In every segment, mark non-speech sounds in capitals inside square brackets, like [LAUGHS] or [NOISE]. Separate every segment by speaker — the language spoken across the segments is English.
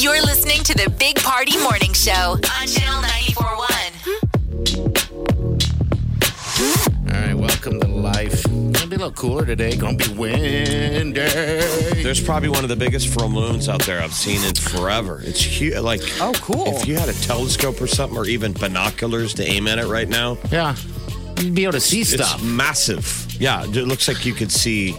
Speaker 1: You're listening to the Big Party Morning Show on Channel 941.
Speaker 2: All right, welcome to life. Gonna be a little cooler today. Gonna be windy.
Speaker 3: There's probably one of the biggest furlongs out there I've seen in forever. It's huge. Like,
Speaker 4: Oh, cool.
Speaker 3: If you had a telescope or something, or even binoculars to aim at it right now,
Speaker 2: Yeah, you'd be able to see
Speaker 3: it's
Speaker 2: stuff.
Speaker 3: massive. Yeah, it looks like you could see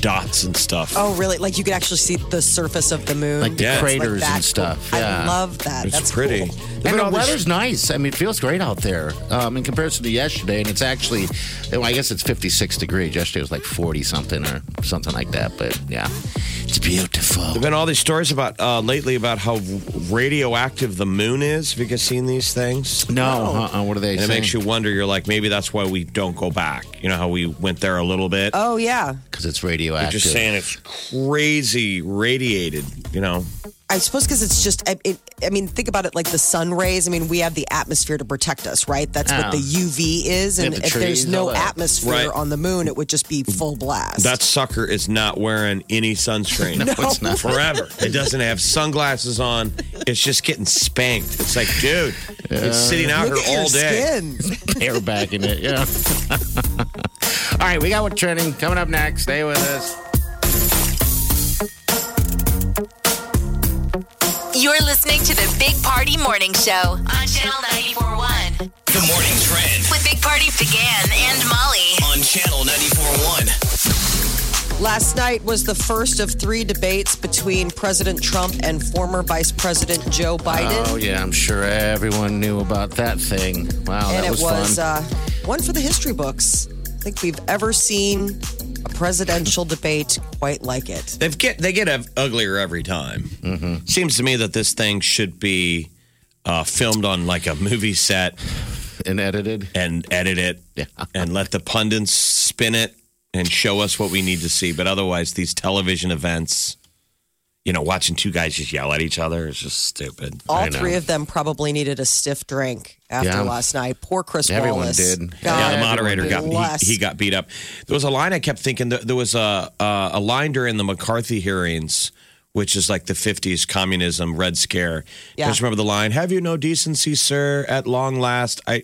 Speaker 3: dots and stuff.
Speaker 4: Oh, really? Like you could actually see the surface of the moon,
Speaker 2: Like the
Speaker 3: Yeah.
Speaker 2: craters
Speaker 4: that.
Speaker 2: and stuff.
Speaker 4: I
Speaker 2: yeah.
Speaker 4: love that.
Speaker 3: it's
Speaker 4: That's
Speaker 3: pretty.
Speaker 4: cool.
Speaker 3: Look at
Speaker 2: And
Speaker 3: all
Speaker 2: the
Speaker 3: this-
Speaker 2: weather's nice. I mean, it feels great out there um, in comparison to yesterday. And it's actually, well, I guess it's 56 degrees. Yesterday was like 40 something or something like that. But yeah, it's beautiful.
Speaker 3: There've been all these stories about uh, lately about how radioactive the moon is. Have you guys seen these things?
Speaker 2: No, uh-uh, what are they
Speaker 3: And it
Speaker 2: saying?
Speaker 3: makes you wonder. You're like, maybe that's why we don't go back. You know how we went there a little bit.
Speaker 4: Oh yeah.
Speaker 2: Because it's radioactive.
Speaker 3: Just saying, it's crazy radiated. You know,
Speaker 4: I suppose because it's just, I, it, I mean, think about it like the sun rays. I mean, we have the atmosphere to protect us, right? That's what
Speaker 2: Yeah.
Speaker 4: the UV is.
Speaker 2: They
Speaker 4: And
Speaker 2: have the
Speaker 4: if there's
Speaker 2: trees,
Speaker 4: no
Speaker 2: all that.
Speaker 4: atmosphere
Speaker 3: Right.
Speaker 4: on the moon, it would just be full blast.
Speaker 3: that sucker is not wearing any sunscreen.
Speaker 4: [LAUGHS]
Speaker 2: No, it's not.
Speaker 3: Forever. It doesn't have sunglasses on. It's just getting spanked. It's like, dude, it's sitting out
Speaker 4: Look at
Speaker 3: here
Speaker 4: your
Speaker 3: all day.
Speaker 4: skin. [LAUGHS]
Speaker 2: Air back in it, yeah. [LAUGHS] all right, we got what trending coming up next. Stay with us.
Speaker 1: You're listening to the Big Party Morning Show on Channel 941
Speaker 5: The morning trend
Speaker 1: with Big Party began and Molly.
Speaker 5: on channel 941.
Speaker 4: Last night was the first of three debates between President Trump and former Vice President Joe Biden.
Speaker 2: Oh, yeah, I'm sure everyone knew about that thing. Wow,
Speaker 4: and
Speaker 2: that
Speaker 4: it
Speaker 2: was,
Speaker 4: was
Speaker 2: fun.
Speaker 4: uh, one for the history books. I don't think we've ever seen a presidential debate quite like it.
Speaker 3: They get they get ev- uglier every time.
Speaker 2: Mm-hmm.
Speaker 3: Seems to me that this thing should be uh, filmed on like a movie set
Speaker 2: and edited.
Speaker 3: and edit it and let the pundits spin it and show us what we need to see. But otherwise, these television events, you know, watching two guys just yell at each other is just stupid.
Speaker 4: All
Speaker 2: I know.
Speaker 4: three of them probably needed a stiff drink after
Speaker 2: Yeah.
Speaker 4: last night. Poor Chris
Speaker 2: Everyone
Speaker 4: Wallace.
Speaker 2: did.
Speaker 3: Yeah,
Speaker 4: God.
Speaker 3: the moderator got
Speaker 4: bless.
Speaker 3: he, he got beat up. There was a line I kept thinking. There, there was a uh, a line during the McCarthy hearings, which is like the '50s communism Red Scare.
Speaker 4: Yeah.
Speaker 3: Just remember the line: "Have you no decency, sir? At long last, I."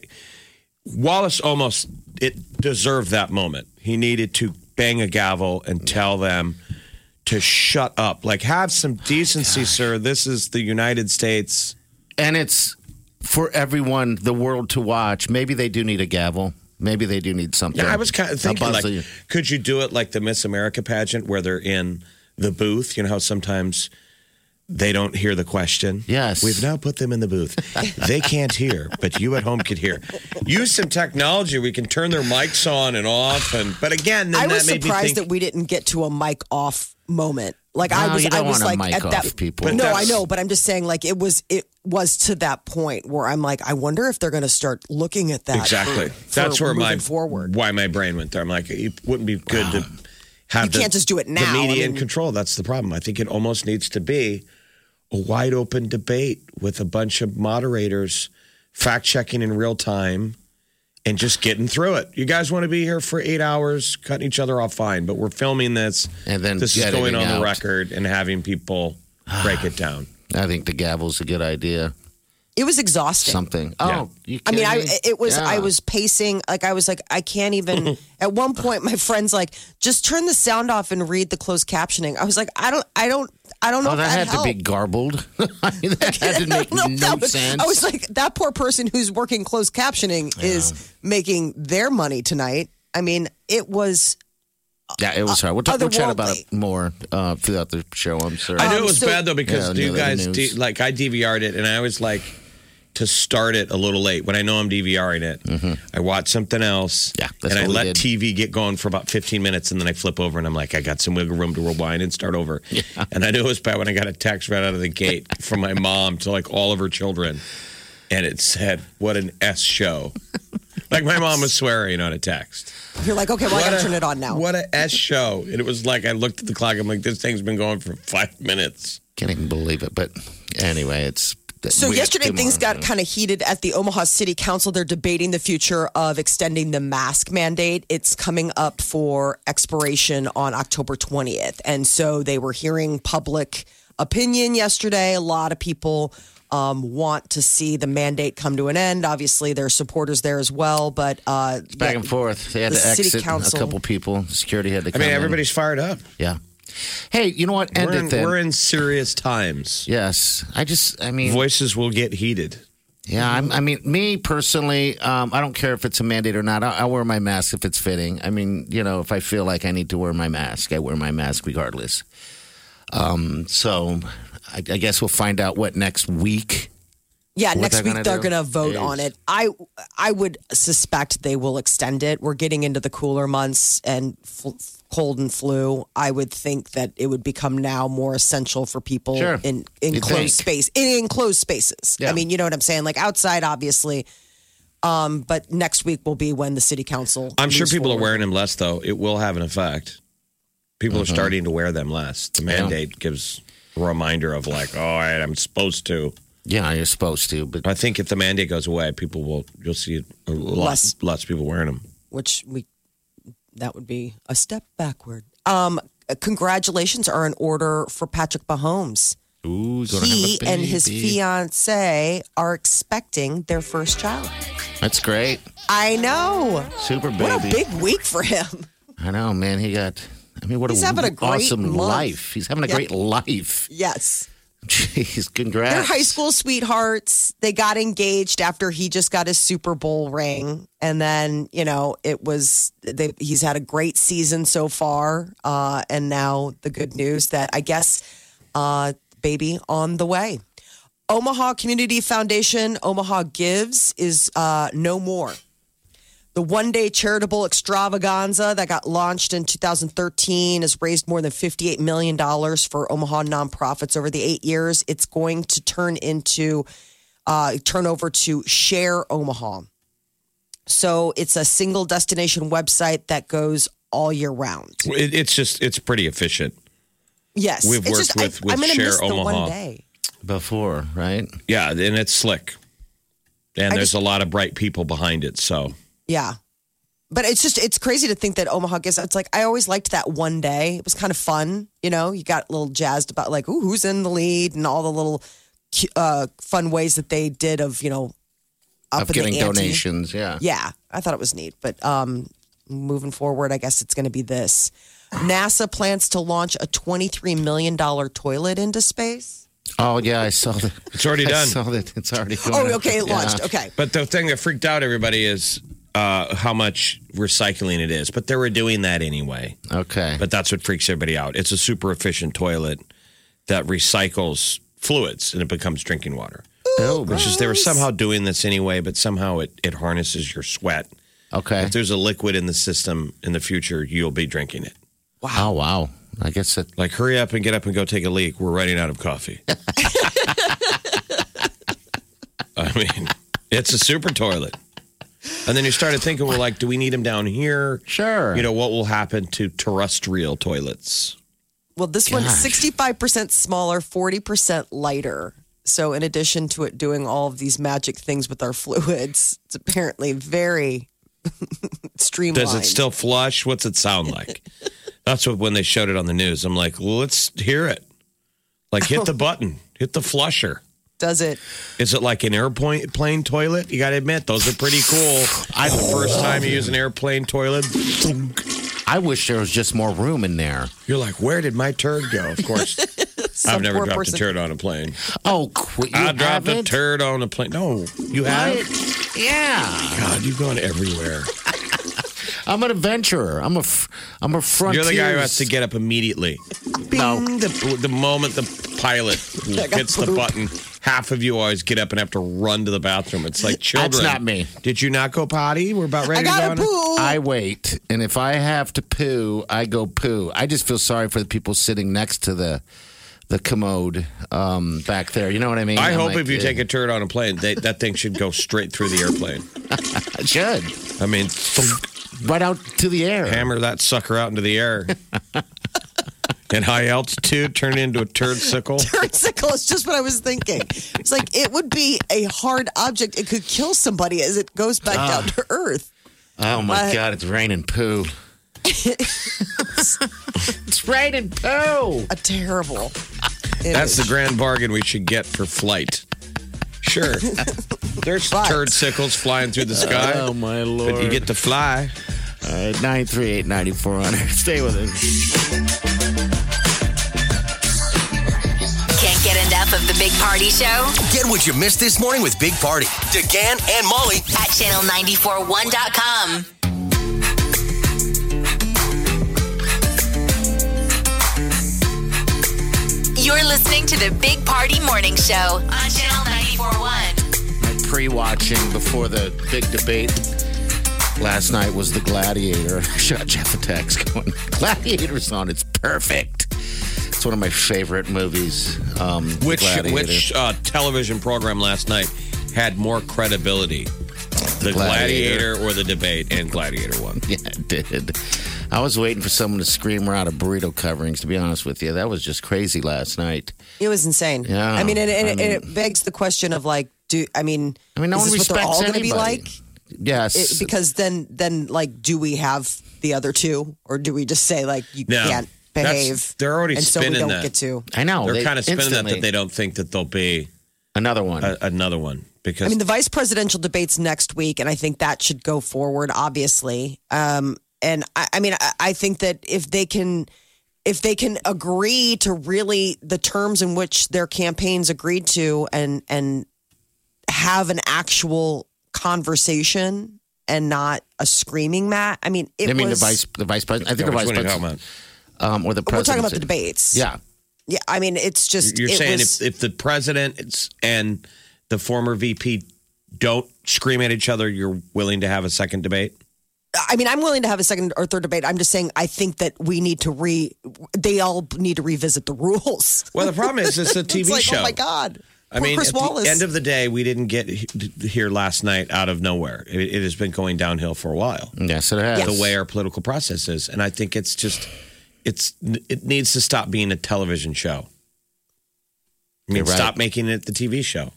Speaker 3: Wallace almost it deserved that moment. He needed to bang a gavel and tell them to shut up. Like, have some decency, sir. This is the United States.
Speaker 2: and it's for everyone, the world to watch. Maybe they do need a gavel. Maybe they do need something.
Speaker 3: Yeah, I was kind of thinking,
Speaker 2: A
Speaker 3: like,
Speaker 2: buzzer.
Speaker 3: could you do it like the Miss America pageant where they're in the booth? You know how sometimes they don't hear the question?
Speaker 2: Yes.
Speaker 3: We've now put them in the booth. they can't hear, but you at home could hear. Use some technology. We can turn their mics on and off. And But again, then
Speaker 4: I
Speaker 3: that
Speaker 4: was
Speaker 3: made
Speaker 4: surprised
Speaker 3: me think,
Speaker 4: that we didn't get to a mic off moment. Like I
Speaker 2: No,
Speaker 4: was,
Speaker 2: you don't
Speaker 4: I was
Speaker 2: want
Speaker 4: like
Speaker 2: to mic
Speaker 4: at that.
Speaker 2: off people.
Speaker 4: No, I
Speaker 3: that's-
Speaker 4: know, but I'm just saying, like it was, it was to that point where I'm like, I wonder if they're going to start looking at that.
Speaker 3: Exactly.
Speaker 4: for- for
Speaker 3: That's where my
Speaker 4: moving forward.
Speaker 3: why my brain went there. I'm like, it wouldn't be good
Speaker 4: [SIGHS]
Speaker 3: to have
Speaker 4: You
Speaker 3: the-
Speaker 4: can't just do it
Speaker 3: The
Speaker 4: now. I
Speaker 3: media in
Speaker 4: mean-
Speaker 3: control. That's the problem. I think it almost needs to be a wide open debate with a bunch of moderators fact checking in real time and just getting through it. You guys want to be here for eight hours, cutting each other off, fine. But we're filming this,
Speaker 2: And then
Speaker 3: this is
Speaker 2: editing
Speaker 3: going on the
Speaker 2: out.
Speaker 3: record and having people break it down.
Speaker 2: I think the gavel's a good idea.
Speaker 4: It was exhausting.
Speaker 2: Something.
Speaker 3: Yeah.
Speaker 2: Oh, you
Speaker 4: I mean,
Speaker 2: kidding
Speaker 4: I
Speaker 2: me?
Speaker 4: it was
Speaker 2: Yeah.
Speaker 4: I was pacing like I was like I can't
Speaker 2: [LAUGHS]
Speaker 4: even. at one point, my friend's like, "Just turn the sound off and read the closed captioning." I was like, "I don't, I don't, I don't know."
Speaker 2: Oh,
Speaker 4: if
Speaker 2: that had to be
Speaker 4: helped."
Speaker 2: garbled. [LAUGHS]
Speaker 4: [LAUGHS]
Speaker 2: I mean, that had to make
Speaker 4: I don't know if
Speaker 2: no
Speaker 4: that would-
Speaker 2: sense.
Speaker 4: I was like, that poor person who's working closed captioning is making their money tonight. I mean, it was.
Speaker 2: yeah, it was hard. We'll, talk, we'll chat about
Speaker 4: uh, otherworldly.
Speaker 2: it more uh, throughout the show. I'm sorry.
Speaker 3: I knew
Speaker 4: Um,
Speaker 3: it was
Speaker 4: so-
Speaker 3: bad though because
Speaker 2: Yeah,
Speaker 3: do you
Speaker 2: no, that
Speaker 3: guys
Speaker 2: news.
Speaker 3: do, like I DVR'd it and I was like to start it a little late when I know I'm DVRing it. I watch something else,
Speaker 2: Mm-hmm. Yeah, that's
Speaker 3: and I
Speaker 2: what we
Speaker 3: let
Speaker 2: did.
Speaker 3: TV get going for about 15 minutes, and then I flip over and I'm like, I got some wiggle room to rewind and start over. And I knew it was bad when I got a text right out of
Speaker 2: [LAUGHS]
Speaker 3: the gate from my mom to like all of her children, and it said, "What an S show." Like my mom was swearing on a text.
Speaker 4: You're like, okay, well, I
Speaker 3: What
Speaker 4: gotta
Speaker 3: a-
Speaker 4: turn it on now.
Speaker 3: What a S show. And it was like, I looked at the clock. I'm like, this thing's been going for five minutes.
Speaker 2: Can't even believe it. But anyway, it's.
Speaker 4: So
Speaker 2: we-
Speaker 4: yesterday things
Speaker 2: tomorrow,
Speaker 4: got kind of heated at the Omaha City Council. They're debating the future of extending the mask mandate. It's coming up for expiration on October 20th. And so they were hearing public opinion yesterday. A lot of people um, want to see the mandate come to an end. Obviously, there are supporters there as well, but uh,
Speaker 2: Back and forth. They had
Speaker 4: The
Speaker 2: to
Speaker 4: city
Speaker 2: exit
Speaker 4: council.
Speaker 2: a couple people. Security had to
Speaker 3: I
Speaker 2: come
Speaker 3: mean,
Speaker 2: in.
Speaker 3: everybody's fired up.
Speaker 2: Yeah. Hey, you know what? End
Speaker 3: We're in,
Speaker 2: it then.
Speaker 3: we're in serious times.
Speaker 2: Yes. I just, I mean,
Speaker 3: Voices will get heated.
Speaker 2: yeah, I'm, I mean, me personally, um, I don't care if it's a mandate or not. I, I wear my mask if it's fitting. I mean, you know, if I feel like I need to wear my mask, I wear my mask regardless. Um, so I, I guess we'll find out what next week.
Speaker 4: Yeah,
Speaker 2: what
Speaker 4: next
Speaker 2: they're
Speaker 4: week
Speaker 2: gonna
Speaker 4: they're
Speaker 2: do.
Speaker 4: going to vote on it. I I would suspect they will extend it. We're getting into the cooler months and fl- cold and flu. I would think that it would become now more essential for people
Speaker 2: Sure.
Speaker 4: in in
Speaker 2: You'd
Speaker 4: closed
Speaker 2: think.
Speaker 4: space in enclosed spaces. I
Speaker 2: Yeah.
Speaker 4: mean, you know what I'm saying? Like outside, obviously. Um, but next week will be when the city council.
Speaker 3: I'm sure
Speaker 4: moves
Speaker 3: people are
Speaker 4: forward.
Speaker 3: wearing them less, though. It will have an effect. People are starting to wear them less. The mandate gives a reminder of, like, all right, I'm supposed to.
Speaker 2: Yeah, you're supposed to, but
Speaker 3: I think if the mandate goes away, people will, you'll see a lot,
Speaker 4: Less.
Speaker 3: less. lots of people wearing them.
Speaker 4: which we that would be a step backward. Um, congratulations are in order for Patrick Mahomes.
Speaker 2: ooh, he's gonna
Speaker 4: he
Speaker 2: have a
Speaker 4: and his
Speaker 2: baby.
Speaker 4: fiance are expecting their first child.
Speaker 2: That's great.
Speaker 4: I know.
Speaker 2: Super baby.
Speaker 4: What a big week for him. [LAUGHS]
Speaker 2: I know, man. He got. I mean, what
Speaker 4: He's
Speaker 2: a,
Speaker 4: having a great
Speaker 2: awesome
Speaker 4: month.
Speaker 2: life. He's having a
Speaker 4: Yeah.
Speaker 2: great life. [LAUGHS]
Speaker 4: Yes.
Speaker 2: Jeez, congrats.
Speaker 4: They're high school sweethearts. They got engaged after he just got his Super Bowl ring. And then, you know, it was, they, he's had a great season so far. Uh, and now the good news that I guess uh, baby on the way. Omaha Community Foundation, Omaha Gives is uh, no more. The one day charitable extravaganza that got launched in 2013 has raised more than $58 million for Omaha nonprofits over the eight years. It's going to turn into, uh, turn over to Share Omaha. So it's a single destination website that goes all year round.
Speaker 3: It, it's just, it's pretty efficient.
Speaker 4: Yes.
Speaker 3: We've
Speaker 4: It's
Speaker 3: worked
Speaker 4: I-
Speaker 3: with- with
Speaker 4: I'm gonna
Speaker 3: Share
Speaker 4: miss the one
Speaker 3: Omaha.
Speaker 4: day.
Speaker 2: before, right?
Speaker 3: Yeah, and it's slick. And
Speaker 4: I
Speaker 3: there's
Speaker 4: just-
Speaker 3: a lot of bright people behind it. So
Speaker 4: Yeah. But it's just it's crazy to think that Omaha gives. It's like I always liked that one day. It was kind of fun, you know. You got a little jazzed about like, ooh, who's in the lead, and all the little cu- uh, fun ways that they did of you know up
Speaker 2: of
Speaker 4: in
Speaker 2: getting
Speaker 4: the ante.
Speaker 2: donations. Yeah.
Speaker 4: Yeah, I thought it was neat, but um, moving forward, I guess it's going to be this. NASA plans to launch a twenty-three million dollar toilet into space.
Speaker 2: Oh yeah, I saw that.
Speaker 3: [LAUGHS] It's already
Speaker 2: I
Speaker 3: done.
Speaker 2: saw that. It's already.
Speaker 4: Oh,
Speaker 2: going up.
Speaker 4: okay, it
Speaker 2: Yeah.
Speaker 4: launched. Okay,
Speaker 3: But the thing that freaked out everybody is uh, how much recycling it is. But they were doing that anyway.
Speaker 2: Okay.
Speaker 3: But that's what freaks everybody out. It's a super efficient toilet that recycles fluids and it becomes drinking water.
Speaker 2: oh,
Speaker 3: Which is they were somehow doing this anyway, but somehow it, it harnesses your sweat.
Speaker 2: okay.
Speaker 3: If there's a liquid in the system in the future, you'll be drinking it.
Speaker 2: Wow. Oh wow. I guess that.
Speaker 3: Like hurry up and get up and go take a leak. We're running out of coffee. I mean, it's a super toilet. And then you started thinking, well, like, do we need them down here?
Speaker 2: Sure.
Speaker 3: You know, what will happen to terrestrial toilets?
Speaker 4: Well, this one
Speaker 2: Gosh.
Speaker 4: sixty-five percent smaller, forty percent lighter. So, in addition to it doing all of these magic things with our [LAUGHS] fluids, it's apparently very [LAUGHS] streamlined.
Speaker 3: Does it still flush? What's it sound like? That's what when they showed it on the news. I'm like, well, let's hear it. Like, hit the button, hit the flusher.
Speaker 4: Does it?
Speaker 3: Is it like an airplane plane toilet? You got to admit, those are pretty cool. I the first time you use an airplane toilet,
Speaker 2: I wish there was just more room in there.
Speaker 3: You're like, where did my turd go? Of course, I've
Speaker 4: some
Speaker 3: never
Speaker 4: poor
Speaker 3: dropped
Speaker 4: person-
Speaker 3: a turd on a plane.
Speaker 2: Oh, quit. You
Speaker 3: I dropped a
Speaker 2: haven't?
Speaker 3: turd on a plane. No, you
Speaker 2: What?
Speaker 3: have.
Speaker 2: Yeah.
Speaker 3: God, you've gone everywhere.
Speaker 2: I'm an adventurer. I'm a. F- I'm a frontier.
Speaker 3: You're the guy who has to get up immediately.
Speaker 2: No.
Speaker 3: The, the moment the pilot
Speaker 4: Like a
Speaker 3: hits the
Speaker 4: poop.
Speaker 3: button, half of you always get up and have to run to the bathroom. It's like children.
Speaker 2: not me.
Speaker 3: Did you not go potty? We're about ready
Speaker 4: I
Speaker 3: to go.
Speaker 4: gotta
Speaker 3: on a-
Speaker 4: poo. [LAUGHS]
Speaker 2: I wait, and if I have to poo, I go poo. I just feel sorry for the people sitting next to the the commode um, back there. You know what I mean?
Speaker 3: I
Speaker 2: I'm
Speaker 3: hope
Speaker 2: like,
Speaker 3: if you
Speaker 2: eh,
Speaker 3: take a turd on a plane, they, that thing should go straight through the airplane.
Speaker 2: I should
Speaker 3: I mean,
Speaker 2: right out to the air.
Speaker 3: hammer that sucker out into the
Speaker 2: [LAUGHS]
Speaker 3: air. In high altitude, turn it into a turd sickle.
Speaker 4: Turtsicle is just what I was thinking. It's like it would be a hard object. It could kill somebody as it goes back
Speaker 2: Ah.
Speaker 4: down to Earth.
Speaker 2: Oh my
Speaker 4: What?
Speaker 2: god, it's raining poo. [LAUGHS] it's raining poo.
Speaker 4: A terrible.
Speaker 3: That's the
Speaker 4: image.
Speaker 3: grand bargain we should get for flight. Sure.
Speaker 2: [LAUGHS]
Speaker 3: There's
Speaker 4: But-
Speaker 3: turd sickles flying through the sky.
Speaker 2: Oh my lord.
Speaker 3: But you get to fly.
Speaker 2: All right, 938 9400. Stay with us.
Speaker 1: Can't get enough of the Big Party Show
Speaker 5: Get what you missed this morning with Big Party. DeGan and Molly
Speaker 1: at channel941.com. You're listening to the Big Party Morning Show on channel 941.
Speaker 2: My pre watching before the big debate last night was The Gladiator. [LAUGHS] I shot Jeff a text going, Gladiator's on. It's perfect. It's one of my favorite movies. Um, The
Speaker 3: Which
Speaker 2: Gladiator.
Speaker 3: which uh, television program last night had more credibility? The
Speaker 2: Gladiator.
Speaker 3: Gladiator, or the debate and Gladiator one.
Speaker 2: [LAUGHS] Yeah, it did. I was waiting for someone to scream her out of burrito coverings, to be honest with you. That was just crazy last night.
Speaker 4: It was insane.
Speaker 2: Yeah.
Speaker 4: I mean, and, and,
Speaker 2: I
Speaker 4: and it begs the question of like, do I mean?
Speaker 2: I mean, no
Speaker 4: is
Speaker 2: one
Speaker 4: this what
Speaker 2: respects
Speaker 4: they're all gonna
Speaker 2: anybody.
Speaker 4: be like?
Speaker 2: Yes.
Speaker 4: It- because then, then like, do we have the other two, or do we just say like you
Speaker 3: No.
Speaker 4: can't
Speaker 3: That's-
Speaker 4: behave?
Speaker 3: they're already
Speaker 4: and so we
Speaker 3: spinning
Speaker 4: don't
Speaker 3: that.
Speaker 4: get to.
Speaker 2: I know.
Speaker 3: They're
Speaker 2: Oh, they
Speaker 3: kind of spinning that,
Speaker 2: instantly-
Speaker 3: that they Uh, don't think that there'll be
Speaker 2: Another one.
Speaker 3: a, another one because
Speaker 4: I mean, the vice presidential debates next week, and I think that should go forward, obviously. Um, and I, I mean, I, I think that if they can, if they can agree to really the terms in which their campaigns agreed to, and and have an actual conversation and not a screaming mat. I mean, it
Speaker 2: I mean,
Speaker 4: was.
Speaker 2: the vice, the vice president. I think
Speaker 3: Yeah,
Speaker 2: the vice
Speaker 3: which one are you
Speaker 2: president,
Speaker 3: talking about?
Speaker 2: um, or the
Speaker 4: we're
Speaker 2: president.
Speaker 4: talking about the debates.
Speaker 2: Yeah,
Speaker 4: yeah. I mean, it's just
Speaker 3: You're
Speaker 4: it
Speaker 3: saying
Speaker 4: was-
Speaker 3: if, if the president is- and the former VP don't scream at each other, you're willing to have a second debate?
Speaker 4: I mean, I'm willing to have a second or third debate. I'm just saying, I think that we need to re. They all need to revisit the rules.
Speaker 3: [LAUGHS] Well, the problem is
Speaker 4: [LAUGHS]
Speaker 3: it's a TV
Speaker 4: it's like,
Speaker 3: show.
Speaker 4: oh my god.
Speaker 3: I
Speaker 4: Poor
Speaker 3: mean,
Speaker 4: Chris
Speaker 3: at
Speaker 4: Wallace.
Speaker 3: the end of the day, we didn't get he- here last night out of nowhere. It, it has been going downhill for a while.
Speaker 2: yeah. So it has
Speaker 3: The way our political process is, and I think it's just it's it needs to stop being a television show. I mean,
Speaker 2: You're right.
Speaker 3: stop making it the TV show.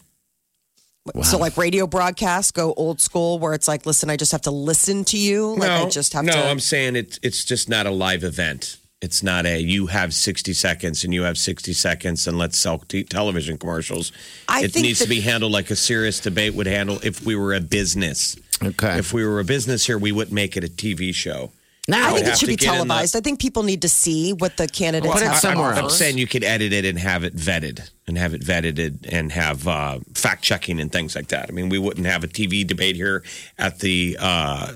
Speaker 4: so like radio broadcasts go old school, where it's like, listen, I just have to listen to you. Like I just have
Speaker 3: no,
Speaker 4: to.
Speaker 3: I'm saying it's it's just not a live event. It's not a you have 60 seconds and you have 60 seconds and let's sell t- television commercials.
Speaker 4: I
Speaker 3: it
Speaker 4: think
Speaker 3: needs
Speaker 4: that-
Speaker 3: to be handled like a serious debate would handle if we were a business.
Speaker 2: Okay.
Speaker 3: If we were a business here, we wouldn't make it a TV show.
Speaker 4: I
Speaker 2: now
Speaker 4: think
Speaker 3: would
Speaker 4: it
Speaker 3: have
Speaker 4: should
Speaker 3: to
Speaker 4: be
Speaker 3: get in the-
Speaker 4: televised. I think people need to see what the candidates
Speaker 2: Put it
Speaker 4: have to
Speaker 2: somewhere
Speaker 4: offer.
Speaker 3: I'm saying you could edit it and have it vetted and have it vetted and have uh, fact checking and things like that. I mean, we wouldn't have a TV debate here at the uh,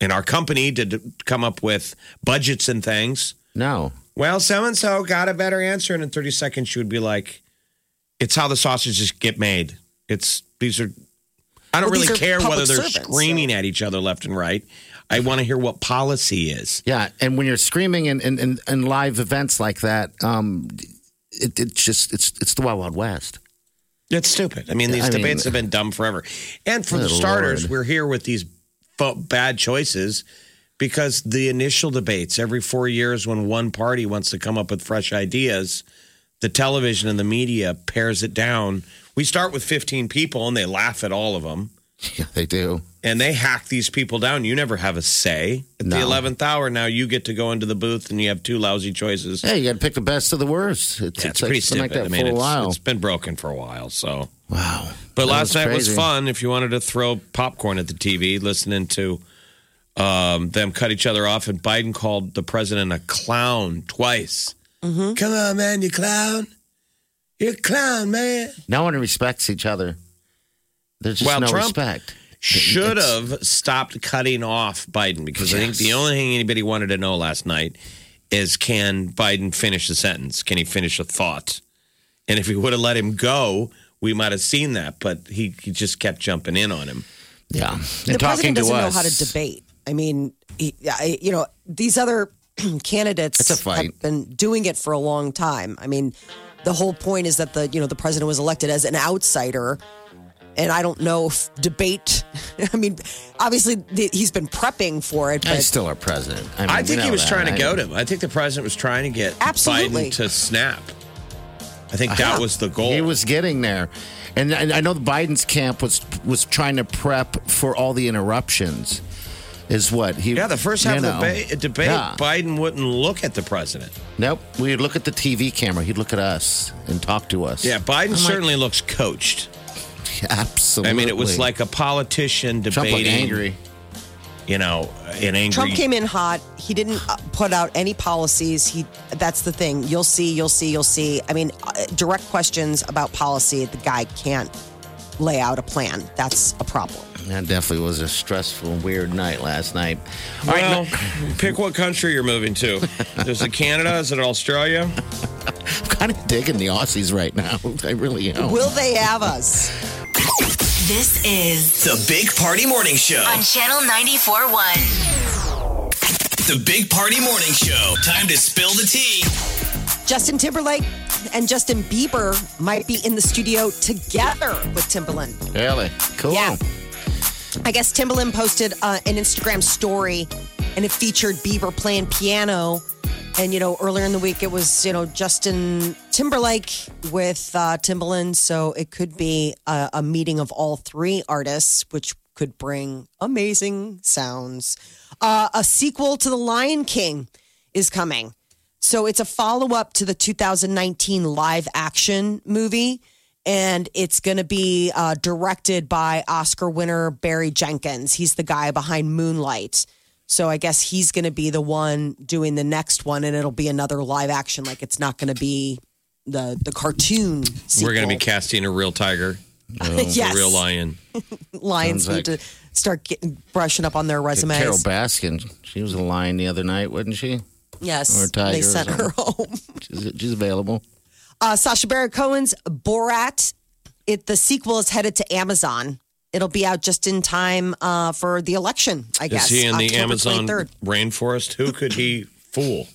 Speaker 3: in our company to d- come up with budgets and things.
Speaker 2: no.
Speaker 3: Well, so and so got a better answer, and in 30 seconds, she would be like, "It's how the sausages get made. It's these are. I don't
Speaker 4: Well,
Speaker 3: really
Speaker 4: these are
Speaker 3: care whether
Speaker 4: public
Speaker 3: they're
Speaker 4: servants,
Speaker 3: screaming at each other left and right. I want to hear what policy is.
Speaker 2: Yeah, and when you're screaming in in, in, in live events like that, um, it, it's just it's it's the wild wild west.
Speaker 3: That's stupid. I mean, these
Speaker 2: I mean-
Speaker 3: debates have been dumb forever. And for the
Speaker 2: Good
Speaker 3: starters,
Speaker 2: Lord.
Speaker 3: we're here with these fo- bad choices because the initial debates every four years, when one party wants to come up with fresh ideas, the television and the media pairs it down. We start with 15 people and they laugh at all of them
Speaker 2: Yeah, they do.
Speaker 3: and they hack these people down. You never have a say. At the
Speaker 2: No.
Speaker 3: 11th hour, now you get to go into the booth and you have two lousy choices.
Speaker 2: Yeah, you got to pick the best of the worst. It's,
Speaker 3: Yeah,
Speaker 2: it's
Speaker 3: it's
Speaker 2: like
Speaker 3: pretty
Speaker 2: been
Speaker 3: stupid.
Speaker 2: like that
Speaker 3: I mean,
Speaker 2: for a
Speaker 3: it's-
Speaker 2: while.
Speaker 3: it's been broken for a while. So.
Speaker 2: wow.
Speaker 3: But
Speaker 2: That
Speaker 3: last night was
Speaker 2: crazy.
Speaker 3: fun. If you wanted to throw popcorn at the TV, listening to um, them cut each other off, and Biden called the president a clown twice.
Speaker 2: Mm-hmm.
Speaker 3: Come on, man, you clown. You're a clown, man.
Speaker 2: No one respects each other. There's just
Speaker 3: Well,
Speaker 2: no
Speaker 3: Trump
Speaker 2: respect.
Speaker 3: Should have stopped cutting off Biden because I think the only thing anybody wanted to know last night is can Biden finish a sentence? Can he finish a thought? And if we would have let him go, we might have seen that, but he, he just kept jumping in on him.
Speaker 2: Yeah. And
Speaker 4: the
Speaker 2: talking
Speaker 4: president doesn't
Speaker 2: to
Speaker 4: know
Speaker 2: us,
Speaker 4: how to debate. I mean, he, I, you know, these other [CLEARS THROAT] candidates
Speaker 2: It's a fight.
Speaker 4: have been doing it for a long time. I mean, the whole point is that the you know the president was elected as an outsider, and I don't know if debate. [LAUGHS] I mean, obviously the, he's been prepping for it,
Speaker 2: I
Speaker 4: but
Speaker 2: still our president. I, mean,
Speaker 3: I
Speaker 2: we
Speaker 3: think he
Speaker 2: know
Speaker 3: was
Speaker 2: that.
Speaker 3: trying to
Speaker 2: I-
Speaker 3: goad him. I think the president was trying to get
Speaker 4: Absolutely.
Speaker 3: Biden to snap. I think that was the goal.
Speaker 2: Uh-huh. He was getting there, and I I know the Biden's camp was was trying to prep for all the interruptions. Is what he?
Speaker 3: yeah, the first half
Speaker 2: you
Speaker 3: of the
Speaker 2: know.
Speaker 3: deba- debate,
Speaker 2: Yeah.
Speaker 3: Biden wouldn't look at the president.
Speaker 2: Nope. We'd look at the TV camera. He'd look at us and talk to us.
Speaker 3: Yeah, Biden
Speaker 2: I'm like,
Speaker 3: certainly looks coached.
Speaker 2: [LAUGHS] absolutely.
Speaker 3: I mean, it was like a politician
Speaker 2: Trump
Speaker 3: debating,
Speaker 2: looked angry.
Speaker 3: you know, an angry.
Speaker 4: Trump came in hot. He didn't uh, put out any policies. He that's the thing. You'll see, you'll see, you'll see. I mean, uh, direct questions about policy, the guy can't lay out a plan. That's a problem.
Speaker 2: That definitely was a stressful, weird night last night. All right,
Speaker 3: well,
Speaker 2: no-
Speaker 3: pick what country you're moving
Speaker 4: [LAUGHS]
Speaker 3: to. Is it Canada? Is it Australia?
Speaker 2: [LAUGHS] I'm kind of digging the Aussies right now. [LAUGHS] I really am.
Speaker 4: Will they have us?
Speaker 1: This is
Speaker 5: The Big Party Morning Show.
Speaker 1: on Channel 94.1.
Speaker 5: The Big Party Morning Show. Time to spill the tea.
Speaker 4: Justin Timberlake and Justin Bieber might be in the studio together with Timberland.
Speaker 2: really? Cool.
Speaker 4: Yeah. I guess Timbaland posted uh, an Instagram story and it featured Bieber playing piano. And, you know, earlier in the week, it was, you know, Justin Timberlake with uh, Timbaland. So it could be a, a meeting of all three artists, which could bring amazing sounds. Uh, a sequel to The Lion King is coming. So it's a follow up to the 2019 live action movie, and it's going to be uh, directed by Oscar winner Barry Jenkins. He's the guy behind Moonlight. So I guess he's going to be the one doing the next one, and it'll be another live action. Like it's not going to be the the cartoon. Sequel.
Speaker 3: We're going to be casting a real tiger,
Speaker 4: [LAUGHS] yes.
Speaker 3: a real lion.
Speaker 4: Lions
Speaker 2: Sounds
Speaker 4: need to
Speaker 2: like-
Speaker 4: start getting, brushing up on their resumes.
Speaker 2: Carol Baskin. She was a lion the other night, wasn't she?
Speaker 4: yes,
Speaker 2: or tiger
Speaker 4: they
Speaker 2: or
Speaker 4: sent her home.
Speaker 2: She's, she's available.
Speaker 4: Uh, Sasha Baron Cohen's Borat. It the sequel is headed to Amazon. It'll be out just in time uh, for the election. I
Speaker 3: Is
Speaker 4: guess
Speaker 3: he in the
Speaker 4: October
Speaker 3: Amazon
Speaker 4: 23rd.
Speaker 3: rainforest? Who could he
Speaker 4: [LAUGHS]
Speaker 3: fool?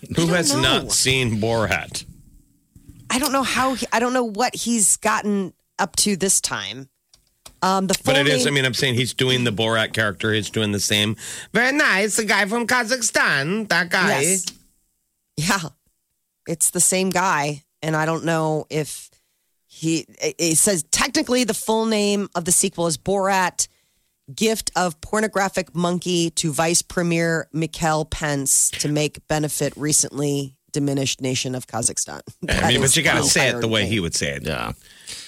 Speaker 3: Who
Speaker 4: don't
Speaker 3: has
Speaker 4: know.
Speaker 3: not seen Borat?
Speaker 4: I don't know how. He, I don't know what he's gotten up to this time. Um, the full
Speaker 3: But it is. I
Speaker 4: name-
Speaker 3: mean, I'm saying he's doing the Borat character. He's doing the same. Very nice. The guy from Kazakhstan. That guy.
Speaker 4: Yes. Yeah. It's the same guy. And I don't know if he, it- it says technically the full name of the sequel is Borat Gift of Pornographic Monkey to Vice Premier Mikhail Pence to make benefit recently diminished nation of Kazakhstan. [LAUGHS]
Speaker 3: I mean,
Speaker 4: That
Speaker 3: but
Speaker 4: is
Speaker 3: you got to
Speaker 4: the
Speaker 3: say it the
Speaker 4: irony.
Speaker 3: way he would say it.
Speaker 2: Yeah.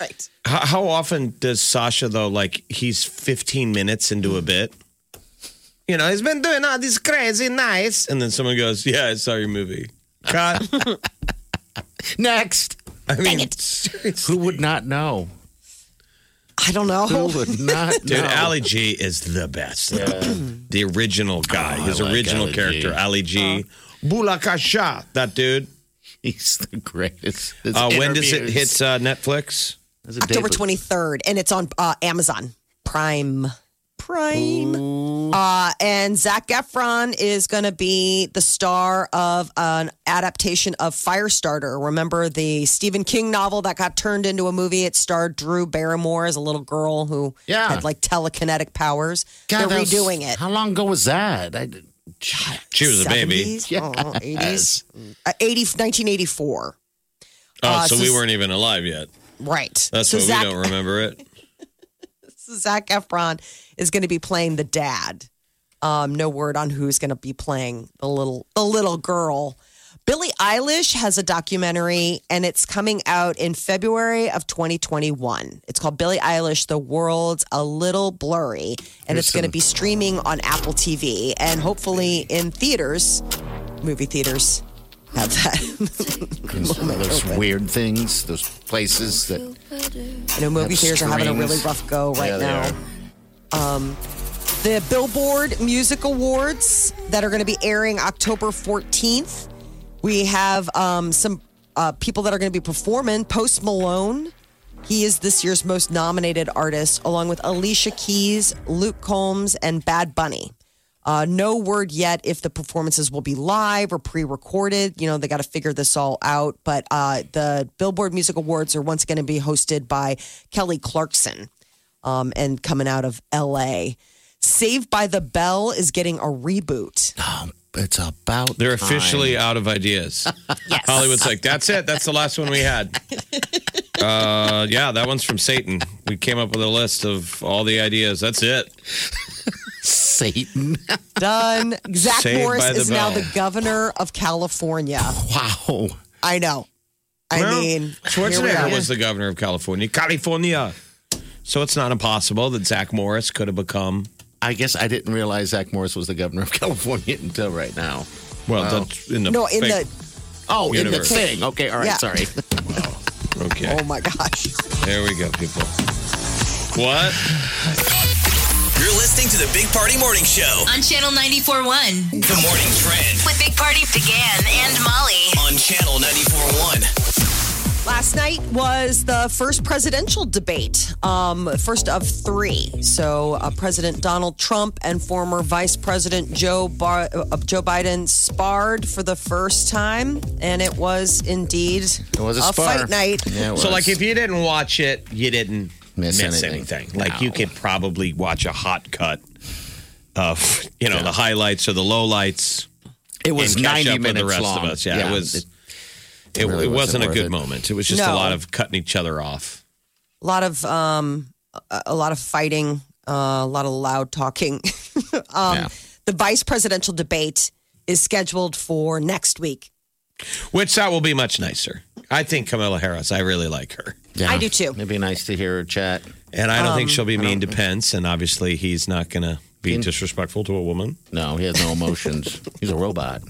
Speaker 4: Right.
Speaker 3: How, how often does Sasha though? Like he's 15 minutes into a bit. You know, he's been doing all this crazy nice, and then someone goes, "Yeah, I saw your movie."
Speaker 4: [LAUGHS]
Speaker 3: Cut.
Speaker 2: Next.
Speaker 3: I mean, seriously.
Speaker 2: Who would not know?
Speaker 4: I don't know.
Speaker 2: Who would not
Speaker 3: Oh. [LAUGHS] Dude,
Speaker 2: know?
Speaker 3: Ali G is the best. [CLEARS THROAT] the original guy,
Speaker 2: Oh, I
Speaker 3: his
Speaker 2: like
Speaker 3: original
Speaker 2: Ali G.
Speaker 3: character, Ali G. Bulakasha, that dude.
Speaker 2: He's the greatest. His
Speaker 3: Uh, when does it
Speaker 2: interviews.
Speaker 3: hit uh, Netflix?
Speaker 2: Is it
Speaker 4: October
Speaker 2: David-
Speaker 4: 23rd, and it's on uh, Amazon Prime. Prime. Uh, and Zach Efron is going to be the star of an adaptation of Firestarter. Remember the Stephen King novel that got turned into a movie? It starred Drew Barrymore as a little girl who
Speaker 2: Yeah.
Speaker 4: had like telekinetic powers.
Speaker 2: God,
Speaker 4: They're
Speaker 2: that was-
Speaker 4: redoing it.
Speaker 2: How long ago was that? I,
Speaker 4: [LAUGHS]
Speaker 3: She was a baby.
Speaker 4: 70s? Oh,
Speaker 3: [LAUGHS]
Speaker 4: 80s? Uh, 80, 1984.
Speaker 3: Oh,
Speaker 4: Uh,
Speaker 3: so
Speaker 4: so
Speaker 3: we
Speaker 4: s-
Speaker 3: weren't even alive yet.
Speaker 4: Right.
Speaker 3: That's
Speaker 4: so
Speaker 3: why
Speaker 4: Zac
Speaker 3: we don't remember it.
Speaker 4: Zach Efron is going to be playing the dad. Um, no word on who's going to be playing the little the little girl. Billie Eilish has a documentary, and it's coming out in February of 2021. It's called Billie Eilish: The World's a Little Blurry, and it's going to be streaming on Apple TV and hopefully in theaters, movie theaters. Have that. [LAUGHS]
Speaker 2: those weird things, those places that
Speaker 4: I know movie
Speaker 2: Have
Speaker 4: theaters are having a
Speaker 2: screens.
Speaker 4: really rough go right
Speaker 2: Yeah, they
Speaker 4: now.
Speaker 2: are.
Speaker 4: the Billboard Music Awards that are going to be airing October 14th. We have um, some uh, people that are going to be performing Post Malone, He is this year's most nominated artist, along with Alicia Keys, Luke Combs, and Bad Bunny. Uh, no word yet if the performances will be live or pre-recorded. You know, they got to figure this all out. But uh, the Billboard Music Awards are once going to be hosted by Kelly Clarkson, um, and coming out of L.A. Saved by the Bell is getting a
Speaker 3: [LAUGHS]
Speaker 4: reboot.
Speaker 2: Oh, it's about.
Speaker 3: [LAUGHS] They're
Speaker 2: time.
Speaker 3: officially out of ideas.
Speaker 2: [LAUGHS]
Speaker 1: Yes.
Speaker 3: Hollywood's like, that's it. That's the last one we had. Uh, yeah, that one's from Satan. We came up with a list of all the ideas. That's it.
Speaker 2: Satan. [LAUGHS]
Speaker 4: Done. Zach
Speaker 3: Saved
Speaker 4: Morris
Speaker 3: by the
Speaker 4: is now
Speaker 3: Bell.
Speaker 4: the governor of California.
Speaker 2: Wow.
Speaker 4: I know. I
Speaker 3: Well,
Speaker 4: mean, here we
Speaker 3: Schwarzenegger
Speaker 4: are.
Speaker 3: was the governor of California. California. So it's not impossible that Zach Morris could have become.
Speaker 2: I guess I didn't realize Zach Morris was the governor of [LAUGHS] California until right now.
Speaker 3: Well, that's in the
Speaker 4: no in
Speaker 3: fake-
Speaker 4: the
Speaker 2: Oh, in the
Speaker 3: Universe.
Speaker 2: thing. Okay, all right,
Speaker 4: Yeah.
Speaker 2: sorry.
Speaker 3: okay.
Speaker 4: oh my gosh.
Speaker 3: There we go, people. What?
Speaker 5: You're listening to the Big Party Morning Show.
Speaker 1: On Channel 94.1
Speaker 5: The morning trend
Speaker 1: with Big Party began and Molly.
Speaker 5: on Channel 94.1.
Speaker 4: Last night was the first presidential debate, um, first of three. So, uh, President Donald Trump and former Vice President Joe Bar- uh, Joe Biden sparred for the first time, and it was indeed
Speaker 2: It was a, spar.
Speaker 4: fight night.
Speaker 2: Yeah, it was.
Speaker 3: So, like, if you didn't watch it, you didn't miss,
Speaker 2: Miss
Speaker 3: anything.
Speaker 2: anything.
Speaker 3: Like, you
Speaker 2: No.
Speaker 3: could probably watch a hot cut of, you know, the highlights or the lowlights.
Speaker 2: it was
Speaker 3: and catch
Speaker 2: 90
Speaker 3: up with
Speaker 2: minutes
Speaker 3: the rest
Speaker 2: long.
Speaker 3: of us. Yeah, it was. It, it,
Speaker 2: really
Speaker 3: wasn't,
Speaker 2: wasn't
Speaker 3: a good
Speaker 2: worth it.
Speaker 3: moment. It was just a
Speaker 4: No.
Speaker 3: lot of cutting each other off.
Speaker 4: A lot of um, a, a lot of fighting, uh, a lot of loud talking. [LAUGHS] um,
Speaker 2: Yeah.
Speaker 4: The vice presidential debate is scheduled for next week.
Speaker 3: Which that will be much nicer. I think Kamala Harris. I really like her,
Speaker 2: Yeah.
Speaker 4: I do too.
Speaker 2: It'd be nice to hear her chat.
Speaker 3: and I don't think she'll be mean to Pence. And obviously, he's not going to be disrespectful to a woman.
Speaker 2: No, he has no
Speaker 4: [LAUGHS]
Speaker 2: emotions. He's a robot.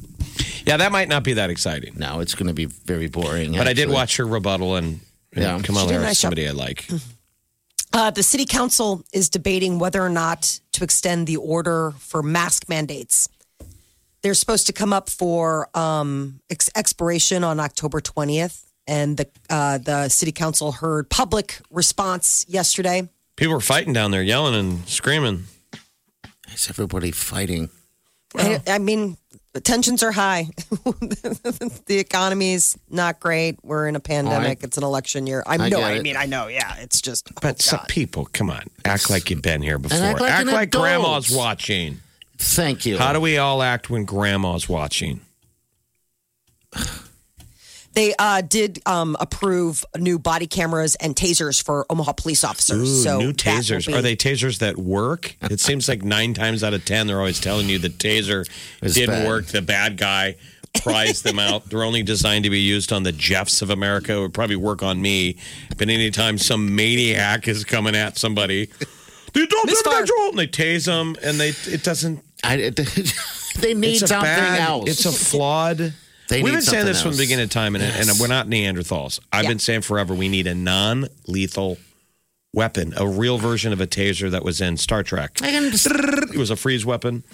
Speaker 3: Yeah, that might not be that exciting.
Speaker 2: No, it's going to be very boring.
Speaker 3: But I did
Speaker 2: actually.
Speaker 3: watch her rebuttal, and, and
Speaker 2: Yeah.
Speaker 3: Kamala
Speaker 4: She did a
Speaker 3: Harris,
Speaker 4: nice job.
Speaker 3: somebody I like.
Speaker 4: Uh, the city council is debating whether or not to extend the order for mask mandates. They're supposed to come up for um, ex- expiration on October 20th, and the uh, the city council heard public response yesterday.
Speaker 3: People were fighting down there, yelling and screaming.
Speaker 2: Is everybody fighting?
Speaker 4: I, I mean, tensions are high. [LAUGHS] the economy's not great. We're in a pandemic. It's an election year. I, know.
Speaker 2: get
Speaker 4: I
Speaker 2: it.
Speaker 4: mean, I know. Yeah, it's just.
Speaker 3: But some people, come on, act like you've been here before.
Speaker 2: act like an adult.
Speaker 3: grandma's watching.
Speaker 2: Thank you.
Speaker 3: How do we all act when grandma's watching?
Speaker 4: They uh, did um, approve new body cameras and tasers for Omaha police officers.
Speaker 3: Ooh,
Speaker 4: so
Speaker 3: new
Speaker 4: that will
Speaker 3: tasers.
Speaker 4: be-
Speaker 3: Are they tasers that work? It seems like nine times out of ten, they're always telling you the taser
Speaker 2: It's
Speaker 3: didn't
Speaker 2: bad.
Speaker 3: work. The bad guy prized them out. They're only designed to be used on the Jeffs of America. It would probably work on me. But anytime some maniac is coming at somebody, the adult
Speaker 4: Misfire.
Speaker 3: individual, and they tase them, and they it doesn't.
Speaker 2: I, [LAUGHS] they need
Speaker 3: it's a
Speaker 2: something
Speaker 3: bad-
Speaker 2: else. [LAUGHS]
Speaker 3: It's a flawed.
Speaker 2: They
Speaker 3: We've
Speaker 2: need
Speaker 3: been saying
Speaker 2: something
Speaker 3: this from the
Speaker 2: else.
Speaker 3: beginning of time, and, and we're not Neanderthals. I've been saying forever we need a non lethal weapon, a real version of a taser that was in Star Trek.
Speaker 2: I can
Speaker 3: [LAUGHS]
Speaker 2: just-
Speaker 3: It was a freeze weapon,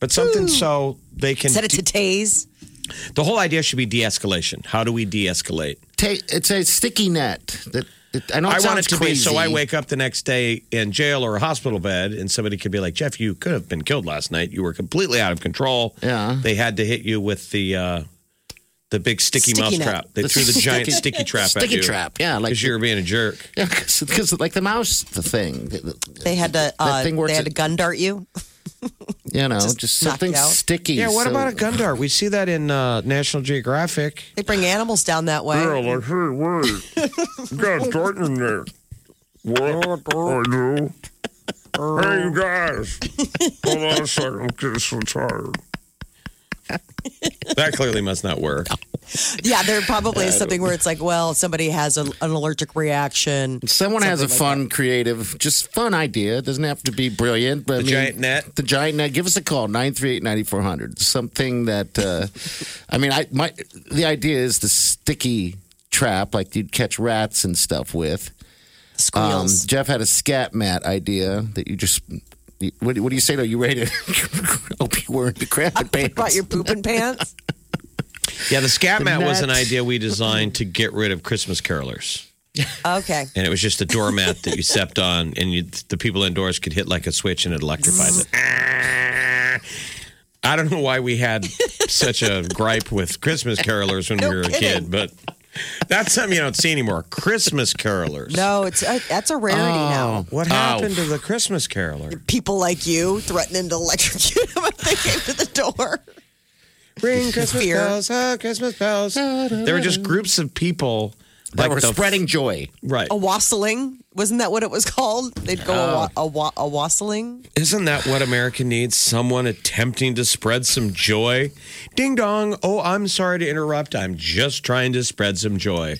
Speaker 3: but something so they can.
Speaker 4: Said it's a tase.
Speaker 3: the whole idea should be de escalation. How do we de escalate?
Speaker 2: ta- it's a sticky net. That it, I know it
Speaker 3: I want it
Speaker 2: sounds
Speaker 3: to be
Speaker 2: crazy.
Speaker 3: so I wake up the next day in jail or a hospital bed, and somebody could be like, Jeff, you could have been killed last night. You were completely out of control.
Speaker 2: Yeah.
Speaker 3: They had to hit you with the. Uh, the big sticky,
Speaker 4: Sticky
Speaker 3: mouse
Speaker 4: net.
Speaker 3: trap. They
Speaker 2: The [LAUGHS]
Speaker 3: threw the giant sticky trap at
Speaker 2: Sticky
Speaker 3: you.
Speaker 2: trap, yeah, like- [LAUGHS]
Speaker 3: Because you were being a jerk.
Speaker 2: Yeah, because like the mouse, the thing.
Speaker 4: They had to. Uh,
Speaker 2: that thing
Speaker 4: they
Speaker 2: works.
Speaker 4: had to gun dart you. [LAUGHS]
Speaker 2: you know, just,
Speaker 4: knock
Speaker 2: something
Speaker 4: you out.
Speaker 2: sticky.
Speaker 3: Yeah, what
Speaker 2: so-
Speaker 3: about a gun dart? We see that in uh, National Geographic.
Speaker 4: They bring animals down that way.
Speaker 6: like, hey, wait, you got a dart in there. What? I do. Hey, you guys. Hold on a second. I'm getting so tired.
Speaker 3: That clearly must
Speaker 2: [LAUGHS]
Speaker 3: not work.
Speaker 4: Yeah, there probably is something where it's like, well, somebody has a, an allergic reaction.
Speaker 2: Someone has a
Speaker 4: Something like
Speaker 2: fun, creative, just fun idea. It doesn't have to be brilliant, but I
Speaker 3: The
Speaker 2: mean,
Speaker 3: giant net?
Speaker 2: The giant net. Give us a call 938-9400. Something that, uh, I mean, I my the idea is the sticky trap, like you'd catch rats and stuff with. Um,
Speaker 4: Squeals.
Speaker 2: Jeff had a scat mat idea that you just. What, do- what do you say though? You ready to [LAUGHS] hope you weren't the crap
Speaker 4: [LAUGHS]
Speaker 2: pants?
Speaker 4: Brought your pooping pants.
Speaker 3: Yeah, the scat
Speaker 2: The
Speaker 3: mat was
Speaker 2: net.
Speaker 3: an idea we designed to get rid of Christmas carolers.
Speaker 4: Okay.
Speaker 3: and it was just a doormat that you stepped on, and you, the people indoors could hit like a switch and it electrified it. I don't know why we had such a gripe with Christmas carolers when we were a kid, but that's something you don't see anymore. Christmas carolers. Oh.
Speaker 4: No, it's uh that's a rarity now.
Speaker 3: What happened to the Christmas caroler?
Speaker 4: People like you threatening to electrocute [LAUGHS] them if they came to the door.
Speaker 3: Ring Christmas
Speaker 4: Fear.
Speaker 3: bells, ah, Christmas bells. There were just groups of people
Speaker 2: That
Speaker 3: like
Speaker 2: were
Speaker 3: the-
Speaker 2: spreading joy.
Speaker 3: Right.
Speaker 4: A wassailing. Wasn't that what it was called? They'd go a, wa-
Speaker 3: Oh.
Speaker 4: a, wa- a wassailing.
Speaker 3: Isn't that what America needs? Someone attempting to spread some joy? Ding dong. Oh, I'm sorry to interrupt. I'm just trying to spread some joy.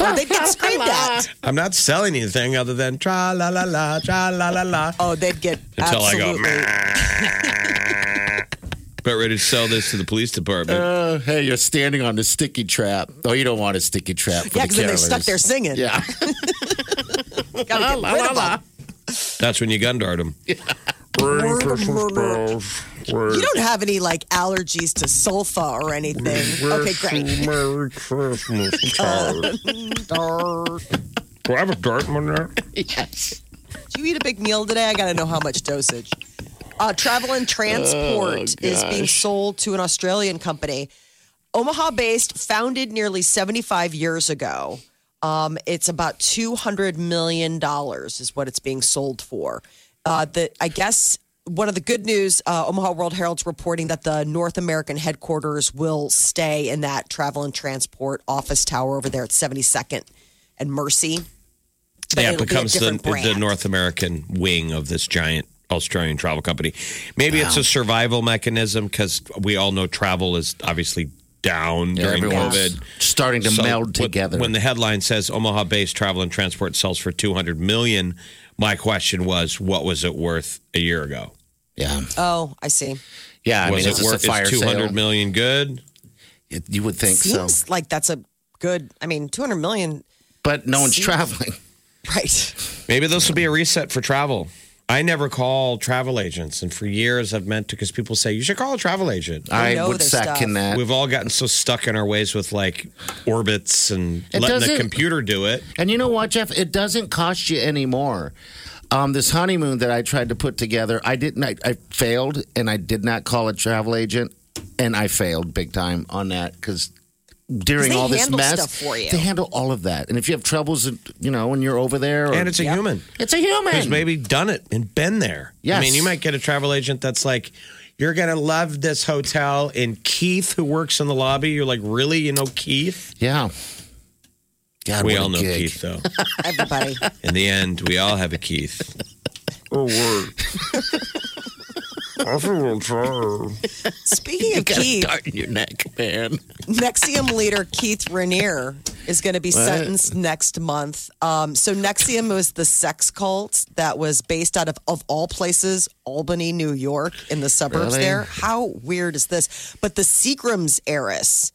Speaker 4: Oh, they'd [LAUGHS] get screamed at.
Speaker 3: I'm not selling anything other than tra la la la, tra la la la.
Speaker 4: Oh, they'd get
Speaker 3: [LAUGHS] Until I go,
Speaker 4: absolutely.
Speaker 3: About ready to sell this to the police department.
Speaker 2: Uh, hey, you're standing on the sticky trap. Oh, you don't want a sticky trap. For
Speaker 4: yeah,
Speaker 2: the
Speaker 4: because then they're
Speaker 2: carolers.
Speaker 4: stuck there singing.
Speaker 2: Yeah.
Speaker 4: [LAUGHS] Gotta get rid of them.
Speaker 3: That's when you Gundard them.
Speaker 6: Ring Christmas bells.
Speaker 4: You
Speaker 6: Ring,
Speaker 4: don't have any like allergies to sulfa or anything. Okay,
Speaker 6: wish
Speaker 4: great.
Speaker 6: [LAUGHS] you
Speaker 4: [LAUGHS]
Speaker 6: Merry Christmas, Tyler. Do I have a dart in my neck?
Speaker 4: Did you eat a big meal today? I got to know how much dosage. Uh, travel and transport is being sold to an Australian company, Omaha based, founded nearly 75 years ago. Um, it's about $200 million is what it's being sold for. Uh, the, I guess one of the good news uh, Omaha World Herald's reporting that the North American headquarters will stay in that travel and transport office tower over there at 72nd and Mercy. But
Speaker 3: yeah, it
Speaker 4: it'll be a
Speaker 3: becomes the,
Speaker 4: different
Speaker 3: the
Speaker 4: brand.
Speaker 3: North American wing of this giant Australian travel company. Maybe it's a survival mechanism because we all know travel is obviously down during
Speaker 2: Everyone's
Speaker 3: COVID.
Speaker 2: starting to
Speaker 3: So
Speaker 2: meld
Speaker 3: when-
Speaker 2: together.
Speaker 3: When the headline says Omaha-based travel and transport sells for 200 million, my question was, what was it worth a year ago?
Speaker 2: yeah.
Speaker 4: Oh, I see.
Speaker 2: Yeah. I
Speaker 3: was
Speaker 2: mean, it's
Speaker 3: it worth
Speaker 2: just a
Speaker 3: is
Speaker 2: fire
Speaker 3: 200
Speaker 2: sale.
Speaker 3: million good?
Speaker 2: It- you would think so,
Speaker 4: Seems like that's a good. I mean, two hundred million,
Speaker 2: but no one's traveling.
Speaker 4: [LAUGHS] right?
Speaker 3: Maybe this will be a reset for travel. I never call travel agents, and for years I've meant to because people say you should call a travel agent.
Speaker 2: I
Speaker 4: know
Speaker 2: would
Speaker 4: their
Speaker 2: second that.
Speaker 3: We've all gotten so stuck in our ways with like orbits and
Speaker 2: It
Speaker 3: letting the
Speaker 2: doesn't-
Speaker 3: computer do it.
Speaker 2: And you know what, Jeff? It doesn't cost you anymore. Um, this honeymoon that I tried to put together, I didn't. I, I failed, and I did not call a travel agent, and I failed big time on that because during
Speaker 4: 'Cause they
Speaker 2: all this
Speaker 4: handle
Speaker 2: mess,
Speaker 4: stuff for you.
Speaker 2: they handle all of that. And if you have troubles, you know, when you're over there, or,
Speaker 3: And it's a human.
Speaker 2: it's a human.
Speaker 3: who's maybe done it and been there. I
Speaker 2: Yes.
Speaker 3: mean, you might get a travel agent that's like, you're going to love this hotel. And Keith, who works in the lobby, you're like, really? You know Keith?
Speaker 2: yeah. God,
Speaker 3: we
Speaker 2: what a
Speaker 3: all know
Speaker 2: gig.
Speaker 3: Keith, though.
Speaker 2: [LAUGHS]
Speaker 4: Everybody.
Speaker 3: In the end, we all have a Keith.
Speaker 6: Oh, word. I feel a little tired.
Speaker 4: Speaking of
Speaker 2: Got a [LAUGHS]
Speaker 4: Keith,
Speaker 2: dart in your neck, man.
Speaker 4: Nexium leader Keith Rainier is going to be sentenced next month. Um, so Nexium was the sex cult that was based out of, of all places, Albany, New York, in the suburbs
Speaker 2: Really?
Speaker 4: there. How weird is this? But the Seagram's heiress,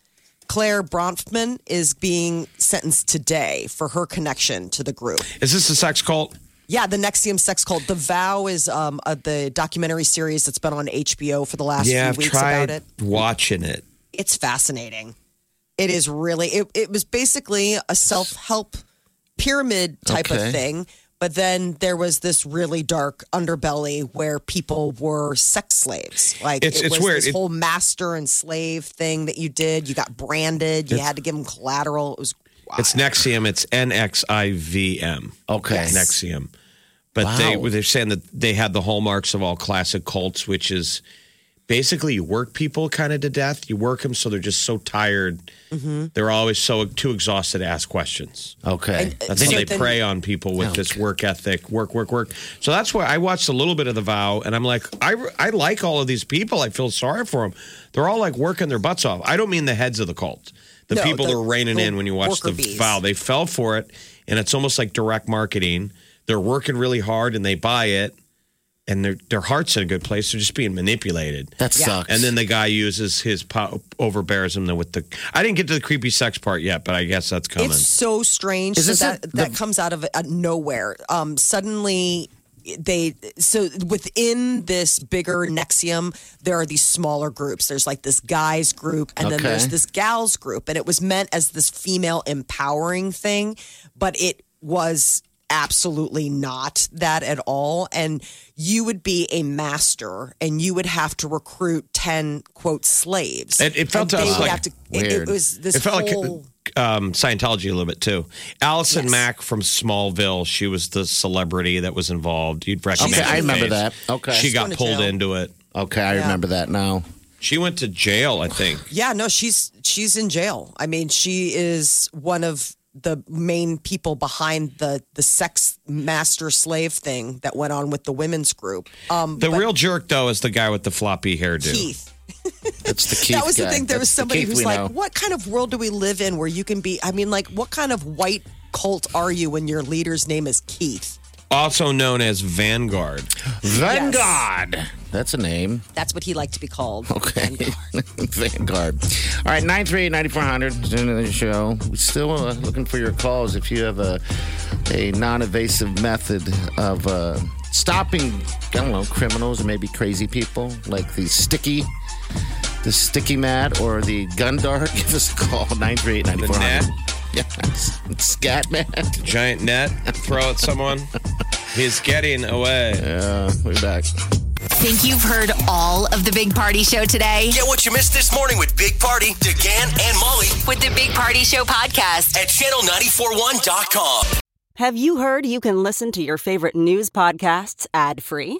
Speaker 4: Claire Bronfman, is being sentenced today for her connection to the group.
Speaker 3: Is this a sex cult?
Speaker 4: Yeah, the Nexium sex cult. The Vow is um, uh, the documentary series that's been on HBO for the last
Speaker 3: yeah, I've
Speaker 4: few weeks
Speaker 3: tried
Speaker 4: about it.
Speaker 3: watching it.
Speaker 4: It's fascinating. It is really. It, it was basically a self help pyramid type
Speaker 2: Okay.
Speaker 4: of thing, but then there was this really dark underbelly where people were sex slaves. Like
Speaker 3: It's-
Speaker 4: it
Speaker 3: it's
Speaker 4: was
Speaker 3: weird.
Speaker 4: this
Speaker 3: It-
Speaker 4: whole master and slave thing that you did. You got branded. You had to give them collateral. It was.
Speaker 3: It's Nexium. It's N X I V M.
Speaker 2: Okay.
Speaker 3: Nexium. But
Speaker 2: Wow.
Speaker 3: they they're saying that they had the hallmarks of all classic cults, which is basically you work people kind of to death. You work them so they're just so tired.
Speaker 2: Mm-hmm.
Speaker 3: They're always so too exhausted to ask questions.
Speaker 2: Okay.
Speaker 3: That's
Speaker 4: So
Speaker 3: how they
Speaker 4: then- Oh,
Speaker 3: prey on people with this work ethic, work, work, work. So that's why I watched a little bit of The Vow, and I'm like, I, I like all of these people. I feel sorry for them. They're all like working their butts off. I don't mean the heads of the cult, the
Speaker 4: No,
Speaker 3: people
Speaker 4: the-
Speaker 3: they're reining
Speaker 4: the
Speaker 3: in when you watch The
Speaker 4: worker bees.
Speaker 3: Vow. They fell for it, and it's almost like direct marketing. They're working really hard, and they buy it, and their their heart's in a good place. They're just being manipulated.
Speaker 2: That sucks.
Speaker 3: And then the guy uses his po- overbears him with the. I didn't get to the creepy sex part yet, but I guess that's coming.
Speaker 4: It's so strange.
Speaker 2: Is
Speaker 4: so
Speaker 2: this
Speaker 4: that
Speaker 2: a-
Speaker 4: that comes out of uh, nowhere. Um, suddenly, they so within this bigger Nexium, there are these smaller groups. There's like this guys group, and then
Speaker 2: Okay.
Speaker 4: there's this gals group, and it was meant as this female empowering thing, but it was absolutely not that at all. And you would be a master, and you would have to recruit ten quote slaves.
Speaker 3: It- it felt
Speaker 4: And
Speaker 3: to
Speaker 4: they
Speaker 3: us
Speaker 4: would
Speaker 3: like
Speaker 4: have to- it- it,
Speaker 2: weird.
Speaker 4: was this
Speaker 3: it felt
Speaker 4: whole.
Speaker 3: like um, Scientology a little bit too. Allison Mack from Smallville, she was the celebrity that was involved. You'd recognize.
Speaker 2: Okay, I
Speaker 3: her
Speaker 2: remember
Speaker 3: face.
Speaker 2: that. Okay.
Speaker 3: she got
Speaker 4: She's going to
Speaker 3: pulled
Speaker 4: jail.
Speaker 3: into it.
Speaker 2: Okay, I
Speaker 4: Yeah.
Speaker 2: remember that now.
Speaker 3: She went to jail, I think.
Speaker 4: Yeah, no, she's she's in jail. I mean, she is one of the main people behind the the sex master slave thing that went on with the women's group. Um,
Speaker 3: The real jerk though is the guy with the floppy hairdo.
Speaker 4: Keith.
Speaker 2: That's the Keith
Speaker 4: [LAUGHS] That was the
Speaker 2: guy.
Speaker 4: thing. There was
Speaker 2: That's the
Speaker 4: somebody
Speaker 2: Keith
Speaker 4: who's
Speaker 2: we
Speaker 4: like,
Speaker 2: know.
Speaker 4: "What kind of world do we live in where you can be?" I mean, like, what kind of white cult are you when your leader's name is Keith?
Speaker 3: also known as Vanguard.
Speaker 2: Vanguard. That's a name. [LAUGHS]
Speaker 4: That's what he liked to be called.
Speaker 2: Okay. Vanguard. All right, 938-9400 is the end of the show. We're still uh, looking for your calls if you have a, a non-evasive method of uh, stopping, I don't know, criminals or maybe crazy people, like the sticky, the sticky mat or the gun dart. [LAUGHS] Give us a call, 938-9400.
Speaker 3: net?
Speaker 2: [LAUGHS] Yeah, scat mat.
Speaker 3: Giant net, throw at someone. He's getting away.
Speaker 2: Uh, we're back.
Speaker 1: Think you've heard all of the Big Party Show today?
Speaker 5: Get what you missed this morning with Big Party, DeGan, and Molly
Speaker 1: With the Big Party Show podcast.
Speaker 5: at channel941.com.
Speaker 7: Have you heard you can listen to your favorite news podcasts ad free?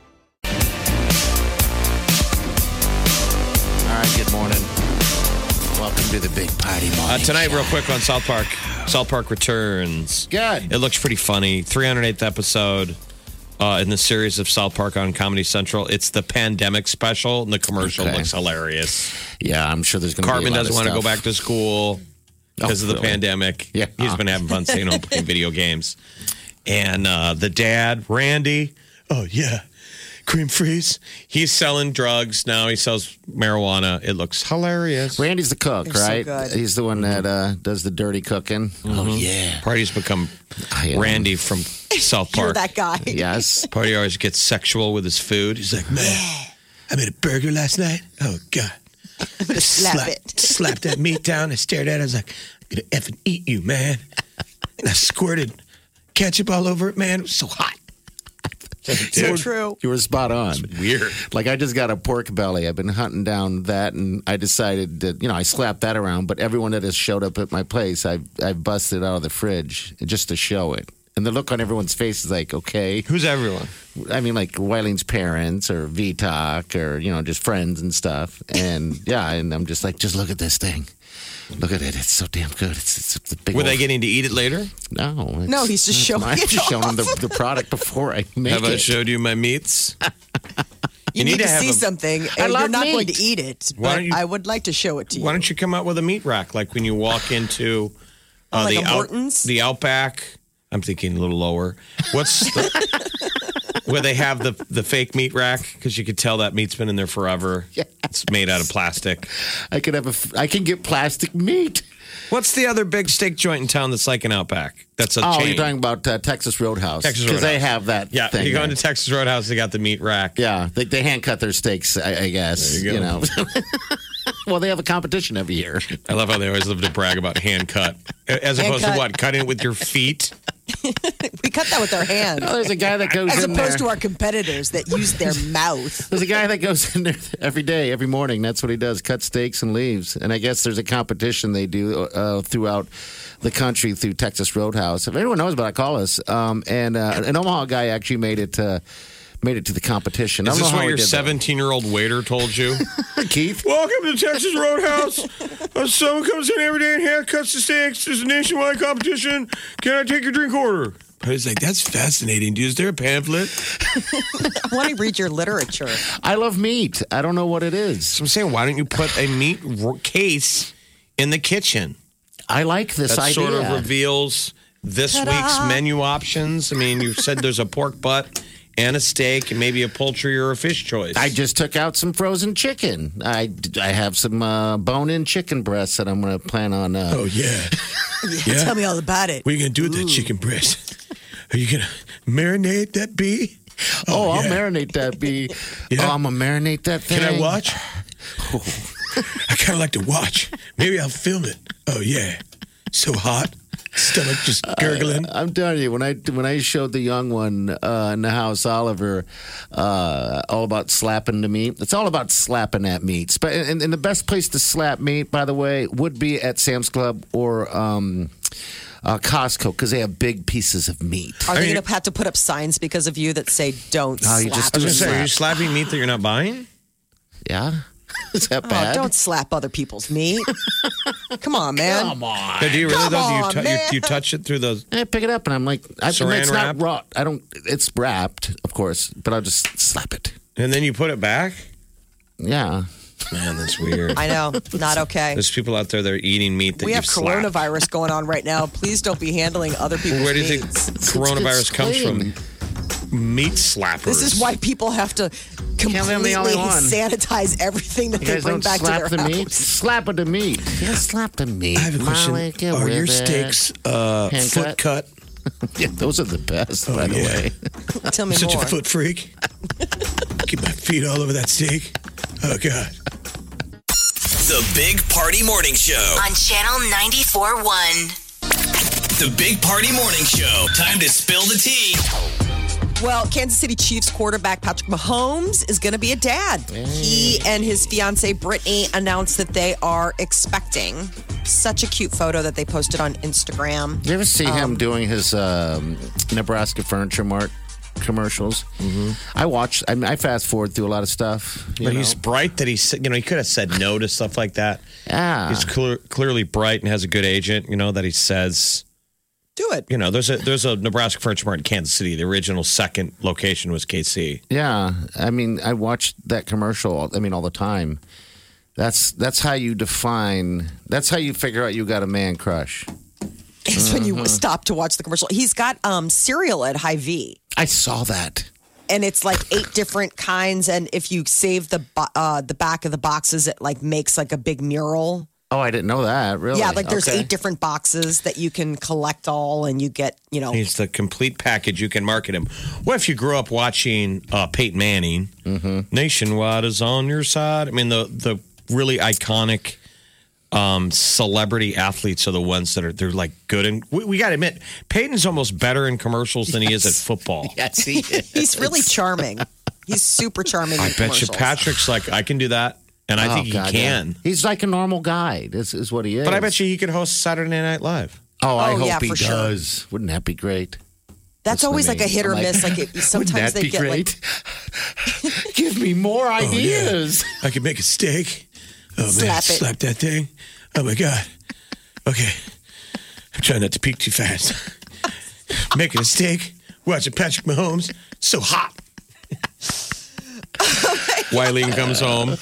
Speaker 2: All right, good morning. Welcome to the big party morning.
Speaker 3: Uh, tonight,
Speaker 2: show.
Speaker 3: real quick on South Park. South Park returns.
Speaker 2: Good.
Speaker 3: It looks pretty funny. 308th episode uh, in the series of South Park on Comedy Central. It's the pandemic special, and the commercial
Speaker 2: Okay.
Speaker 3: looks hilarious.
Speaker 2: Yeah, I'm sure there's going to be a
Speaker 3: Cartman
Speaker 2: lot
Speaker 3: doesn't
Speaker 2: of
Speaker 3: want to go
Speaker 2: stuff.
Speaker 3: back to school because
Speaker 2: Oh,
Speaker 3: of the
Speaker 2: really?
Speaker 3: pandemic.
Speaker 2: Yeah.
Speaker 3: He's been having fun staying home playing video games. And uh, the dad, Randy, oh, yeah, cream freeze. He's selling drugs now. He sells marijuana. It looks hilarious.
Speaker 2: [LAUGHS] Randy's the cook,
Speaker 4: so
Speaker 2: right?
Speaker 4: good.
Speaker 2: He's the one that uh, does the dirty cooking. Oh yeah,
Speaker 3: Party's become
Speaker 2: I am.
Speaker 3: Mm-hmm. Randy from South
Speaker 4: You're
Speaker 3: Park.
Speaker 4: that guy.
Speaker 2: Yes. [LAUGHS]
Speaker 3: Party always gets sexual with his food. He's like, man, I made a burger last night. Oh, God. I
Speaker 4: [LAUGHS] slap it.
Speaker 3: slapped that meat down. I stared at it. I was like, I'm going to effing eat you, man. And I squirted ketchup all over it, man. It was so hot.
Speaker 4: [LAUGHS] So true.
Speaker 2: You were spot on.
Speaker 3: Weird.
Speaker 2: Like I just got a pork belly. I've been hunting down that, and I decided that you know I slapped that around. But everyone that has showed up at my place, I I busted out of the fridge just to show it. And the look on everyone's face is like, okay.
Speaker 3: Who's everyone?
Speaker 2: I mean, like Wileen's parents or VTOC or, you know, just friends and stuff. And yeah, and I'm just like, just look at this thing. Look at it. It's so damn good. It's, it's the big
Speaker 3: Were
Speaker 2: old-
Speaker 3: they getting to eat it later?
Speaker 2: No. it's-
Speaker 4: No, he's
Speaker 2: [LAUGHS]
Speaker 4: just
Speaker 2: it's
Speaker 4: showing
Speaker 2: mine. I'm
Speaker 4: it
Speaker 2: just showing him the, the product before I make
Speaker 3: Have I
Speaker 2: it.
Speaker 3: showed you my meats?
Speaker 4: [LAUGHS] You,
Speaker 3: need
Speaker 4: need,
Speaker 3: to
Speaker 4: to,
Speaker 3: have
Speaker 4: see
Speaker 3: a-
Speaker 4: something.
Speaker 2: I
Speaker 4: and
Speaker 2: love
Speaker 4: You're not
Speaker 2: meat.
Speaker 4: going to eat it,
Speaker 3: Why
Speaker 4: but
Speaker 3: don't you-
Speaker 4: I would like to show it to you.
Speaker 3: Why don't you come out with a meat rack like when you walk into
Speaker 2: Oh,
Speaker 3: uh,
Speaker 4: Like
Speaker 3: the
Speaker 4: a
Speaker 3: out-
Speaker 4: Morton's?
Speaker 3: the Outback? I'm thinking a little lower. What's the,
Speaker 2: [LAUGHS]
Speaker 3: where they have the the fake meat rack because you could tell that meat's been in there forever. It's made out of plastic.
Speaker 2: I could have a. f- I can get plastic meat.
Speaker 3: What's the other big steak joint in town that's like an Outback? That's a
Speaker 2: Oh,
Speaker 3: chain.
Speaker 2: you're talking about uh, Texas Roadhouse.
Speaker 3: Texas
Speaker 2: Because they
Speaker 3: Roadhouse.
Speaker 2: have that
Speaker 3: yeah,
Speaker 2: thing.
Speaker 3: you go
Speaker 2: there.
Speaker 3: into Texas Roadhouse, they got the meat rack.
Speaker 2: yeah, they, they hand cut their steaks, I, I guess.
Speaker 3: There you go.
Speaker 2: know. [LAUGHS] well, they have a competition every year.
Speaker 3: I love how they always love to brag about hand cut as opposed to
Speaker 4: cut.
Speaker 3: what cutting it with your feet.
Speaker 4: we cut that with our hands.
Speaker 2: Oh, there's a guy that goes
Speaker 4: As
Speaker 2: in
Speaker 4: opposed
Speaker 2: there.
Speaker 4: to our competitors that use their mouth.
Speaker 2: there's a guy that goes in there every day, every morning. That's what he does: cut steaks and leaves. And I guess there's a competition they do uh, throughout the country through Texas Roadhouse. If anyone knows about it, call us. Um, and uh, an Omaha guy actually made it. Uh, Made it to the competition. I
Speaker 3: Is
Speaker 2: don't
Speaker 3: this
Speaker 2: know how
Speaker 3: what
Speaker 2: he
Speaker 3: your
Speaker 2: did that.
Speaker 3: 17 year old waiter told
Speaker 2: [LAUGHS]
Speaker 3: you?
Speaker 2: Keith?
Speaker 6: Welcome to Texas Roadhouse.
Speaker 3: [LAUGHS]
Speaker 6: Uh, someone comes in every day and haircuts the steaks. There's a nationwide competition. Can I take your drink order?
Speaker 3: I was like, that's fascinating. Dude, is there a pamphlet?
Speaker 4: I want to read your literature.
Speaker 2: I love meat. I don't know what it is.
Speaker 3: So I'm saying, why don't you put a meat ro- case in the kitchen?
Speaker 2: I like this
Speaker 3: That
Speaker 2: idea.
Speaker 3: sort of reveals this week's menu options. I mean, you said there's a pork butt and a steak and maybe a poultry or a fish choice.
Speaker 2: I just took out some frozen chicken. I, I have some uh, bone-in chicken breasts that I'm going to plan on. Uh,
Speaker 6: Oh, yeah.
Speaker 4: Tell me all about it.
Speaker 6: What are you going to do with that chicken breast? Are you going to marinate that bee?
Speaker 2: oh, I'll
Speaker 6: yeah.
Speaker 2: marinate that. Be
Speaker 6: Yeah.
Speaker 2: oh, I'm gonna marinate that thing.
Speaker 6: Can I watch? I kind of like to watch. Maybe I'll film it. Oh, yeah. So hot. Stomach just gurgling.
Speaker 2: I'm telling you, when I when I showed the young one uh, in the house, Oliver, uh, all about slapping the meat. It's all about slapping at meats. But and, and the best place to slap meat, by the way, would be at Sam's Club or um, uh, Costco because they have big pieces of meat.
Speaker 4: Are they going to have to put up signs because of you that say don't
Speaker 2: No,
Speaker 4: slap?
Speaker 2: you just
Speaker 3: I was
Speaker 2: do
Speaker 3: gonna
Speaker 4: me"?
Speaker 3: say, are you slapping meat that you're not buying?
Speaker 2: Yeah, [LAUGHS] is that
Speaker 4: Oh,
Speaker 2: bad?
Speaker 4: don't slap other people's meat. Come on, man.
Speaker 2: Come on.
Speaker 3: But do you really
Speaker 4: Come
Speaker 3: though? Do
Speaker 4: on,
Speaker 3: you, tou- you,
Speaker 4: man.
Speaker 3: you touch it through the
Speaker 2: I pick it up and I'm like, I, it's
Speaker 3: Saran
Speaker 2: not
Speaker 3: wrap?
Speaker 2: raw. I don't. It's wrapped, of course, but I'll just slap it.
Speaker 3: and then you put it back?
Speaker 2: Yeah.
Speaker 3: Man, that's weird.
Speaker 4: I know, not okay.
Speaker 3: There's people out there that are eating meat that
Speaker 4: We
Speaker 3: you
Speaker 4: have
Speaker 3: slapped.
Speaker 4: coronavirus going on right now. Please don't be handling other people's
Speaker 3: Where do you think
Speaker 4: meats.
Speaker 2: it's
Speaker 3: coronavirus comes
Speaker 2: clean.
Speaker 3: from? Meat slappers.
Speaker 4: This is why people have to
Speaker 2: Can't be
Speaker 4: completely
Speaker 2: the only one.
Speaker 4: sanitize everything that
Speaker 2: You
Speaker 4: they
Speaker 2: guys
Speaker 4: bring
Speaker 2: don't
Speaker 4: back to
Speaker 2: slap
Speaker 4: their
Speaker 2: the
Speaker 4: house.
Speaker 2: meat. Slap it the meat. Yeah, slap the meat.
Speaker 6: I have a question.
Speaker 2: Molly, get
Speaker 6: Are
Speaker 2: with
Speaker 6: your
Speaker 2: it.
Speaker 6: steaks uh,
Speaker 2: Hand
Speaker 6: foot cut? Oh,
Speaker 2: Yeah, those are the best, by the
Speaker 6: yeah.
Speaker 2: way.
Speaker 4: Tell me
Speaker 6: Such
Speaker 4: more.
Speaker 6: a
Speaker 3: [LAUGHS]
Speaker 6: foot freak. Get my feet all over that steak. Oh, God.
Speaker 5: The Big Party Morning Show.
Speaker 1: on Channel 94.1.
Speaker 5: The Big Party Morning Show. Time to spill the tea.
Speaker 4: Well, Kansas City Chiefs quarterback Patrick Mahomes is going to be a dad. He and his fiancee Brittany announced that they are expecting. Such a cute photo that they posted on Instagram.
Speaker 2: You ever see him doing his um, Nebraska Furniture Mart commercials? Mm-hmm. I watch. I, mean, I fast forward through a lot of stuff. you
Speaker 3: But
Speaker 2: know?
Speaker 3: he's bright that he's, you know, he could have said no to stuff like that.
Speaker 2: yeah.
Speaker 3: He's clear, clearly bright and has a good agent, you know, that he says,
Speaker 4: Do it.
Speaker 3: you know, there's a there's a Nebraska Furniture Mart in Kansas City. The original second location was KC.
Speaker 2: Yeah, I mean, I watched that commercial. I mean, all the time. That's that's how you define. That's how you figure out you got a man crush.
Speaker 4: It's when you stop to watch the commercial. He's got um, cereal at High V.
Speaker 2: I saw that.
Speaker 4: and it's like eight different kinds. And if you save the bo- uh, the back of the boxes, it like makes like a big mural.
Speaker 2: Oh, I didn't know that. Really?
Speaker 4: Yeah, like there's
Speaker 2: Okay.
Speaker 4: eight different boxes that you can collect all, and you get you know.
Speaker 3: He's the complete package. You can market him. What if you grew up watching uh, Peyton Manning?
Speaker 2: Mm-hmm.
Speaker 3: Nationwide is on your side. I mean, the the really iconic um, celebrity athletes are the ones that are they're like good and we, we got to admit Peyton's almost better in commercials than he is at
Speaker 2: [LAUGHS]
Speaker 3: football.
Speaker 2: Yes, he is.
Speaker 4: He's really charming. He's super charming.
Speaker 3: I
Speaker 4: in
Speaker 3: bet you
Speaker 4: commercials.
Speaker 3: Patrick's like I can do that, and I think
Speaker 2: Oh,
Speaker 3: he
Speaker 2: God,
Speaker 3: can.
Speaker 2: yeah. He's like a normal guy. This is what he is.
Speaker 3: But I bet you he could host Saturday Night Live.
Speaker 2: Oh, I
Speaker 4: Oh,
Speaker 2: hope
Speaker 4: yeah,
Speaker 2: he
Speaker 4: for sure.
Speaker 2: does. Wouldn't that be great?
Speaker 4: That's
Speaker 2: That's
Speaker 4: always
Speaker 2: what I
Speaker 4: like a
Speaker 2: mean.
Speaker 4: hit or
Speaker 2: I'm like,
Speaker 3: [LAUGHS]
Speaker 4: miss. Like it,
Speaker 2: Wouldn't
Speaker 4: sometimes
Speaker 2: that
Speaker 4: they
Speaker 2: be
Speaker 4: get like
Speaker 2: great? [LAUGHS] Give me more
Speaker 3: Oh,
Speaker 4: [LAUGHS]
Speaker 6: yeah.
Speaker 2: ideas.
Speaker 6: I could make a steak. Oh, man.
Speaker 4: Slap it.
Speaker 6: Slap that thing. Oh, my God. Okay. I'm trying not to peek too fast.
Speaker 4: [LAUGHS]
Speaker 6: Making a steak. Watching Patrick Mahomes.
Speaker 4: [LAUGHS]
Speaker 6: So hot.
Speaker 3: Wileen comes home.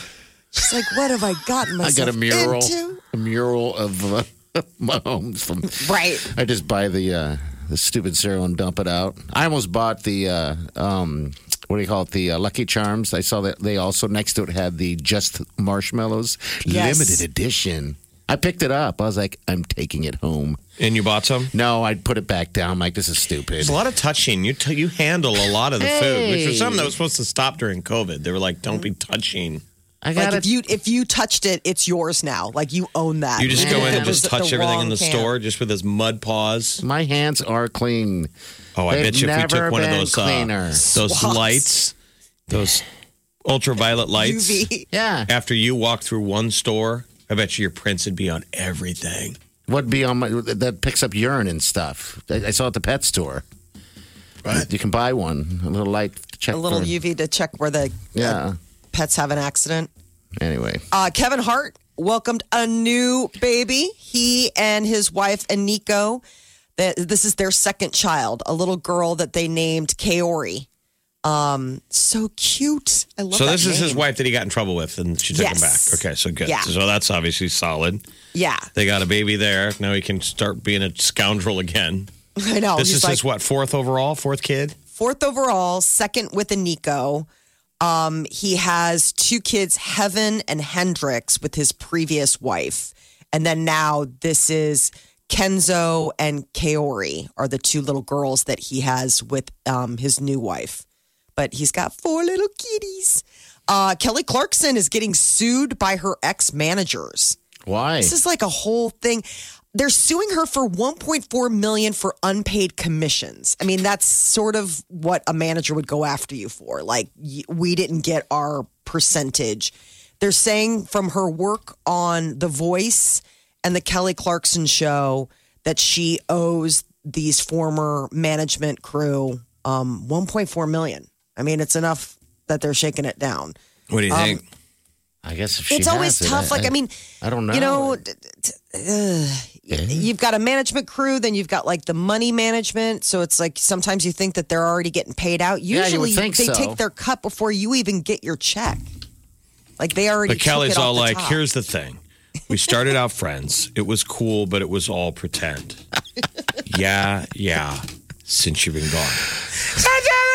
Speaker 4: she's like, what have I
Speaker 3: [LAUGHS]
Speaker 4: gotten
Speaker 2: I
Speaker 4: myself
Speaker 2: got a mural,
Speaker 4: into?
Speaker 2: a mural of uh, [LAUGHS] Mahomes from.
Speaker 4: Right.
Speaker 2: I just buy the uh, the stupid cereal and dump it out. I almost bought the uh, um, what do you call it? The uh, Lucky Charms. I saw that they also next to it had the Just Marshmallows
Speaker 4: Yes.
Speaker 2: limited edition. I picked it up. I was like, I'm taking it home.
Speaker 3: And you bought some?
Speaker 2: No, I put it back down. I'm like, this is stupid.
Speaker 3: There's a lot of touching. You t- you handle a lot of the food, which was
Speaker 2: Hey.
Speaker 3: something that was supposed to stop during COVID. They were like, "Don't be touching
Speaker 2: I
Speaker 4: Like
Speaker 2: got it.
Speaker 4: if you if you touched it, it's yours now. Like you own that.
Speaker 3: You just go in
Speaker 4: It
Speaker 3: and just
Speaker 4: was
Speaker 3: touch
Speaker 4: the
Speaker 3: everything
Speaker 4: wrong
Speaker 3: in the
Speaker 4: can.
Speaker 3: store just with his mud paws.
Speaker 2: My hands are clean.
Speaker 3: Oh, I
Speaker 2: They've
Speaker 3: bet you if we
Speaker 2: never
Speaker 3: took one of
Speaker 2: been
Speaker 3: those
Speaker 2: cleaner.
Speaker 3: uh, those
Speaker 4: Swabs.
Speaker 3: lights, those
Speaker 4: [LAUGHS]
Speaker 3: ultraviolet lights,
Speaker 4: UV.
Speaker 2: Yeah.
Speaker 3: after you walk through one store, I bet you your prints would be on everything.
Speaker 2: What be on my that picks up urine and stuff? I, I saw it at the pet store. Right. You can buy one, a little light to check.
Speaker 4: A little
Speaker 2: for-
Speaker 4: UV to check where the
Speaker 2: Yeah.
Speaker 4: pets have an accident.
Speaker 2: Anyway,
Speaker 4: Uh, Kevin Hart welcomed a new baby. He and his wife Aniko. th- This is their second child, a little girl that they named Kaori. Um, so cute. I love.
Speaker 3: so
Speaker 4: that
Speaker 3: this is his
Speaker 4: name.
Speaker 3: wife that he got in trouble with, and she took him back.
Speaker 4: Yes.
Speaker 3: Okay, so good.
Speaker 4: Yeah.
Speaker 3: So that's obviously solid.
Speaker 4: Yeah,
Speaker 3: They got a baby there. Now he can start being a scoundrel again.
Speaker 4: [LAUGHS] I know.
Speaker 3: this
Speaker 4: Oh, He's
Speaker 3: is
Speaker 4: like,
Speaker 3: his what fourth overall, fourth kid.
Speaker 4: fourth overall, second with Aniko. Um, he has two kids, Heaven and Hendrix, with his previous wife. And then now this is Kenzo and Kaori are the two little girls that he has with um, his new wife. But he's got four little kitties. Uh, Kelly Clarkson is getting sued by her ex managers.
Speaker 2: why?
Speaker 4: This is like a whole thing. They're suing her for 1.4 million for unpaid commissions. I mean, that's sort of what a manager would go after you for. Like y- we didn't get our percentage. They're saying from her work on The Voice and the Kelly Clarkson show that she owes these former management crew um, 1.4 million. I mean, it's enough that they're shaking it down
Speaker 3: What do
Speaker 4: Um,
Speaker 3: you think?
Speaker 2: I guess if she
Speaker 4: it's always
Speaker 2: has it,
Speaker 4: tough. like, I mean,
Speaker 2: I don't
Speaker 4: You
Speaker 2: know.
Speaker 4: know, d- d- ugh. you've got a management crew, then you've got like the money management. So it's like sometimes you think that they're already getting paid out.
Speaker 2: Yeah, you
Speaker 4: Usually,
Speaker 2: would think
Speaker 4: they
Speaker 2: so.
Speaker 4: take their cut before you even get your check. Like they already.
Speaker 3: But Kelly's
Speaker 4: took it off
Speaker 3: all
Speaker 4: the
Speaker 3: like,
Speaker 4: top.
Speaker 3: here's the thing. We started out friends. It was cool, but it was all
Speaker 4: [LAUGHS]
Speaker 3: pretend. yeah, yeah. Since you've been gone.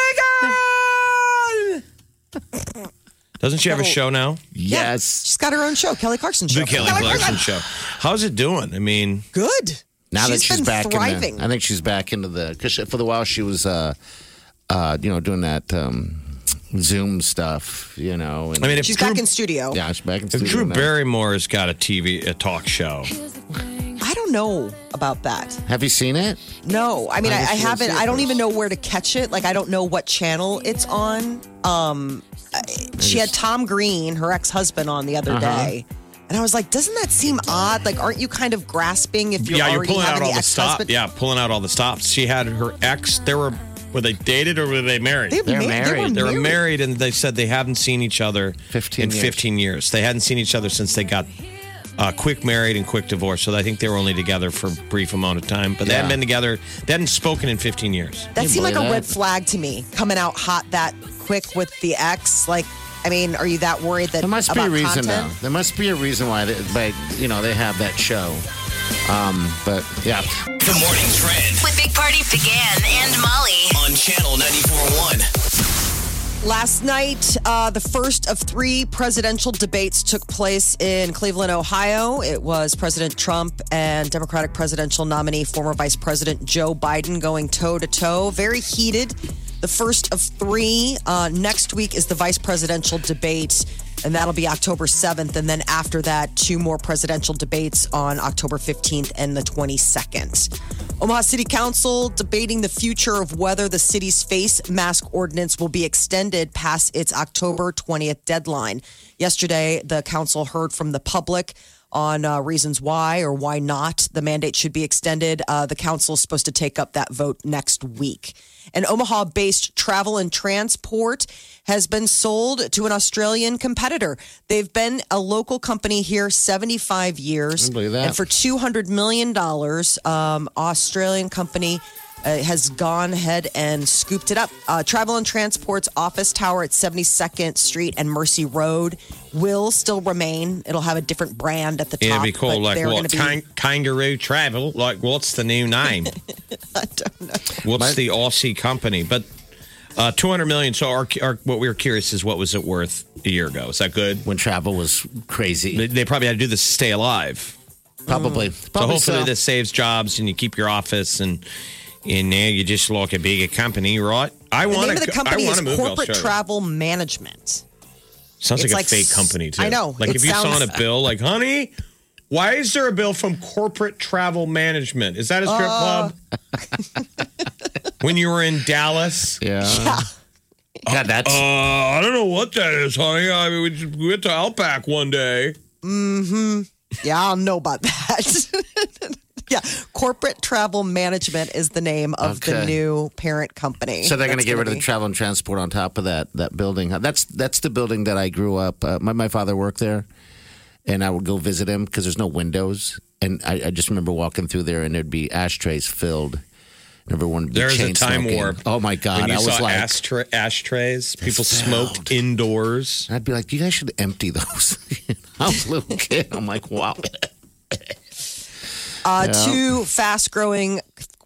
Speaker 3: Doesn't she have a show now?
Speaker 4: Yeah,
Speaker 2: yes.
Speaker 4: she's got her own show, Kelly Clarkson show.
Speaker 3: The Kelly Clarkson show. How's it doing? I mean,
Speaker 4: Good.
Speaker 2: Now that she's
Speaker 4: been
Speaker 2: back
Speaker 4: thriving.
Speaker 2: in the, I think she's back into the because for the while she was, uh, uh, you know, doing that um, Zoom stuff, you know. And,
Speaker 3: I mean, if
Speaker 4: she's
Speaker 3: Drew,
Speaker 4: back in studio.
Speaker 2: yeah, she's back in
Speaker 3: if
Speaker 2: studio
Speaker 3: Drew
Speaker 2: now.
Speaker 3: Barrymore's got a TV, a talk show,
Speaker 4: I don't know about that.
Speaker 2: Have you seen it?
Speaker 4: No, I mean, I,
Speaker 2: I
Speaker 4: I
Speaker 2: just wanna
Speaker 4: haven't.
Speaker 2: see it
Speaker 4: I don't
Speaker 2: first.
Speaker 4: even know where to catch it. Like, I don't know what channel it's on. Um, I- she had Tom Green, her ex-husband, on the other
Speaker 2: Uh-huh.
Speaker 4: day, and I was like, "Doesn't that seem odd? Like, aren't you kind of grasping if you're
Speaker 3: yeah, you're
Speaker 4: already
Speaker 3: pulling out
Speaker 4: having
Speaker 3: all
Speaker 4: the
Speaker 3: the stops.
Speaker 4: ex-husband?
Speaker 3: Yeah, pulling out all the stops. She had her ex. They were were they dated or were they married?
Speaker 4: They,
Speaker 2: They're
Speaker 4: ma-
Speaker 2: married.
Speaker 4: They
Speaker 3: They
Speaker 4: were
Speaker 3: were married and they said they haven't seen each other
Speaker 2: 15
Speaker 3: in
Speaker 2: years.
Speaker 3: 15 years. They hadn't seen each other since they got uh, quick married and quick divorce. So I think they were only together for a brief amount of time, but they hadn't
Speaker 2: Yeah.
Speaker 3: been together. They hadn't spoken in 15 years.
Speaker 4: That seemed like a
Speaker 2: believe
Speaker 4: red
Speaker 2: that?
Speaker 4: flag to me, coming out hot that quick with the ex. Like, I mean, are you that worried that
Speaker 2: There must be a
Speaker 4: about
Speaker 2: reason
Speaker 4: content?
Speaker 2: though. There must be a reason why, they, like, you know, they have that show. Um, but yeah,
Speaker 5: The morning trend
Speaker 1: With Big Party began and Molly.
Speaker 5: on channel 941.
Speaker 4: Last night, uh, the first of three presidential debates took place in Cleveland, Ohio. It was President Trump and Democratic presidential nominee, former Vice President Joe Biden, going toe to toe. Very heated. The first of three. Uh, next week is the vice presidential debate, and that'll be October 7th. And then after that, two more presidential debates on October 15th and the 22nd. Omaha City Council debating the future of whether the city's face mask ordinance will be extended past its October 20th deadline. Yesterday, the council heard from the public on uh, reasons why or why not the mandate should be extended. Uh, the council is supposed to take up that vote next week. An Omaha based travel and transport has been sold to an Australian competitor. They've been a local company here 75 years.
Speaker 2: believe that.
Speaker 4: And for two hundred million dollars, um, Australian company uh, has gone ahead and scooped it up. Uh, Travel and Transport's office tower at Seventy Second Street and Mercy Road will still remain. It'll have a different brand at the top.
Speaker 3: It'd be cool,
Speaker 4: but
Speaker 3: like
Speaker 4: they're
Speaker 3: what
Speaker 4: gonna be-
Speaker 3: Kang- kangaroo travel? Like what's the new name?
Speaker 4: [LAUGHS] I don't know.
Speaker 3: What's the Aussie company? But uh, 200 million. So our, our what we were curious is what was it worth a year ago? Is that good?
Speaker 2: when travel was
Speaker 3: They,
Speaker 2: crazy,
Speaker 3: they probably had to do this to stay alive.
Speaker 2: probably.
Speaker 3: Mm. So
Speaker 2: probably
Speaker 3: hopefully
Speaker 2: so.
Speaker 3: this saves jobs and you keep your office and and now you're just like a bigger company, right? I
Speaker 4: The
Speaker 3: want
Speaker 4: name of
Speaker 3: to.
Speaker 4: the
Speaker 3: I
Speaker 4: company
Speaker 3: want
Speaker 4: is
Speaker 3: to move to
Speaker 4: Corporate
Speaker 3: Australia.
Speaker 4: Travel Management.
Speaker 3: Sounds like,
Speaker 4: It's
Speaker 3: a
Speaker 4: like
Speaker 3: fake
Speaker 4: s-
Speaker 3: company too.
Speaker 4: I know.
Speaker 3: Like
Speaker 4: It
Speaker 3: if you saw on
Speaker 4: sounds-
Speaker 3: a bill, like, honey, why is there a bill from corporate travel management? Is that a strip [LAUGHS] club? when you were in Dallas,
Speaker 2: Yeah. God, that's
Speaker 3: uh, I don't know what that is, honey. I mean, we, just, we went to Outback one day.
Speaker 4: Yeah, I don't know about that. [LAUGHS] yeah, corporate travel management is the name of the
Speaker 2: Okay.
Speaker 4: new parent company.
Speaker 2: so they're going to
Speaker 4: That's
Speaker 2: get rid of
Speaker 4: gonna
Speaker 2: the travel and transport on top of that that building. That's that's the building that I grew up. Uh, my my father worked there, and I would go visit him because there's no windows. And I, I just remember walking through there, and there'd be ashtrays filled. and Everyone would be
Speaker 3: There's a
Speaker 2: chain
Speaker 3: time
Speaker 2: smoking.
Speaker 3: warp.
Speaker 2: Oh my god!
Speaker 3: when you
Speaker 2: I was
Speaker 3: saw
Speaker 2: like,
Speaker 3: ashtray, ashtrays, people smoked
Speaker 2: filled.
Speaker 3: indoors.
Speaker 2: I'd be like, you guys should empty those. [LAUGHS] I was a little kid. I'm like, wow.
Speaker 4: Uh, Two fast growing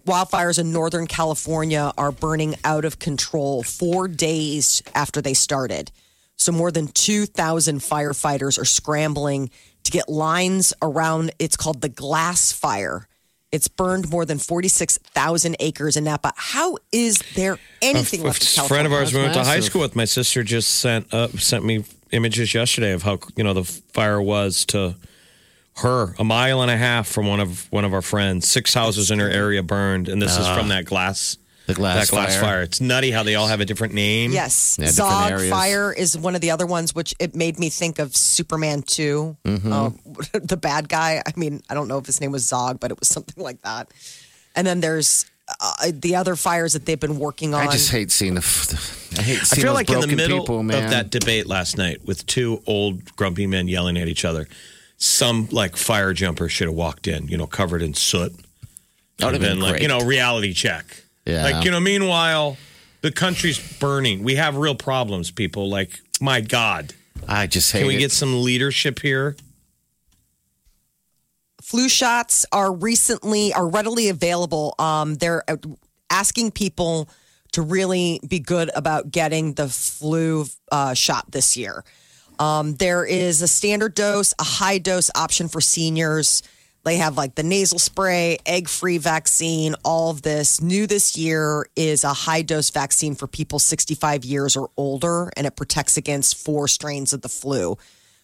Speaker 4: wildfires in Northern California are burning out of control four days after they started. So, more than 2,000 firefighters are scrambling to get lines around it's called the Glass Fire. It's burned more than 46,000 acres in Napa. How is there anything left in
Speaker 3: A friend
Speaker 4: California?
Speaker 3: of ours we went to high
Speaker 2: massive.
Speaker 3: school with. My sister just sent up sent me images yesterday of how you know the fire was to her a mile and a half from one of one of our friends. Six houses in her area burned, and this is
Speaker 4: Ah.
Speaker 3: from that glass
Speaker 2: The glass
Speaker 3: that glass
Speaker 2: fire.
Speaker 3: fire. It's nutty how they all have a different name.
Speaker 4: Yes,
Speaker 2: Yeah, different
Speaker 4: Zog
Speaker 2: areas.
Speaker 4: Fire is one of the other ones, which it made me think of Superman 2
Speaker 2: Mm-hmm.
Speaker 4: Uh, [LAUGHS] the bad guy. I mean, I don't know if his name was Zog, but it was something like that. And then there's uh, the other fires that they've been working on.
Speaker 2: I just hate seeing the. I hate
Speaker 3: I
Speaker 2: seeing
Speaker 3: feel
Speaker 2: those
Speaker 3: like in
Speaker 2: broken
Speaker 3: the middle
Speaker 2: people, man.
Speaker 3: of that debate last night with two old grumpy men yelling at each other, some like fire jumper should have walked in, you know, covered in soot.
Speaker 2: That would've
Speaker 3: And then,
Speaker 2: been
Speaker 3: like,
Speaker 2: great.
Speaker 3: you know, reality check.
Speaker 2: Yeah.
Speaker 3: Like, you know, meanwhile, the country's burning. We have real problems, people. Like, my God.
Speaker 2: I just hate
Speaker 3: Can we
Speaker 2: it.
Speaker 3: get some leadership here?
Speaker 4: flu shots are recently are readily available. Um, they're uh, asking people to really be good about getting the flu uh, shot this year. Um, there is a standard dose, a high dose option for seniors. They have like the nasal spray, egg free vaccine, all of this. New this year is a high dose vaccine for people 65 years or older, and it protects against four strains of the flu.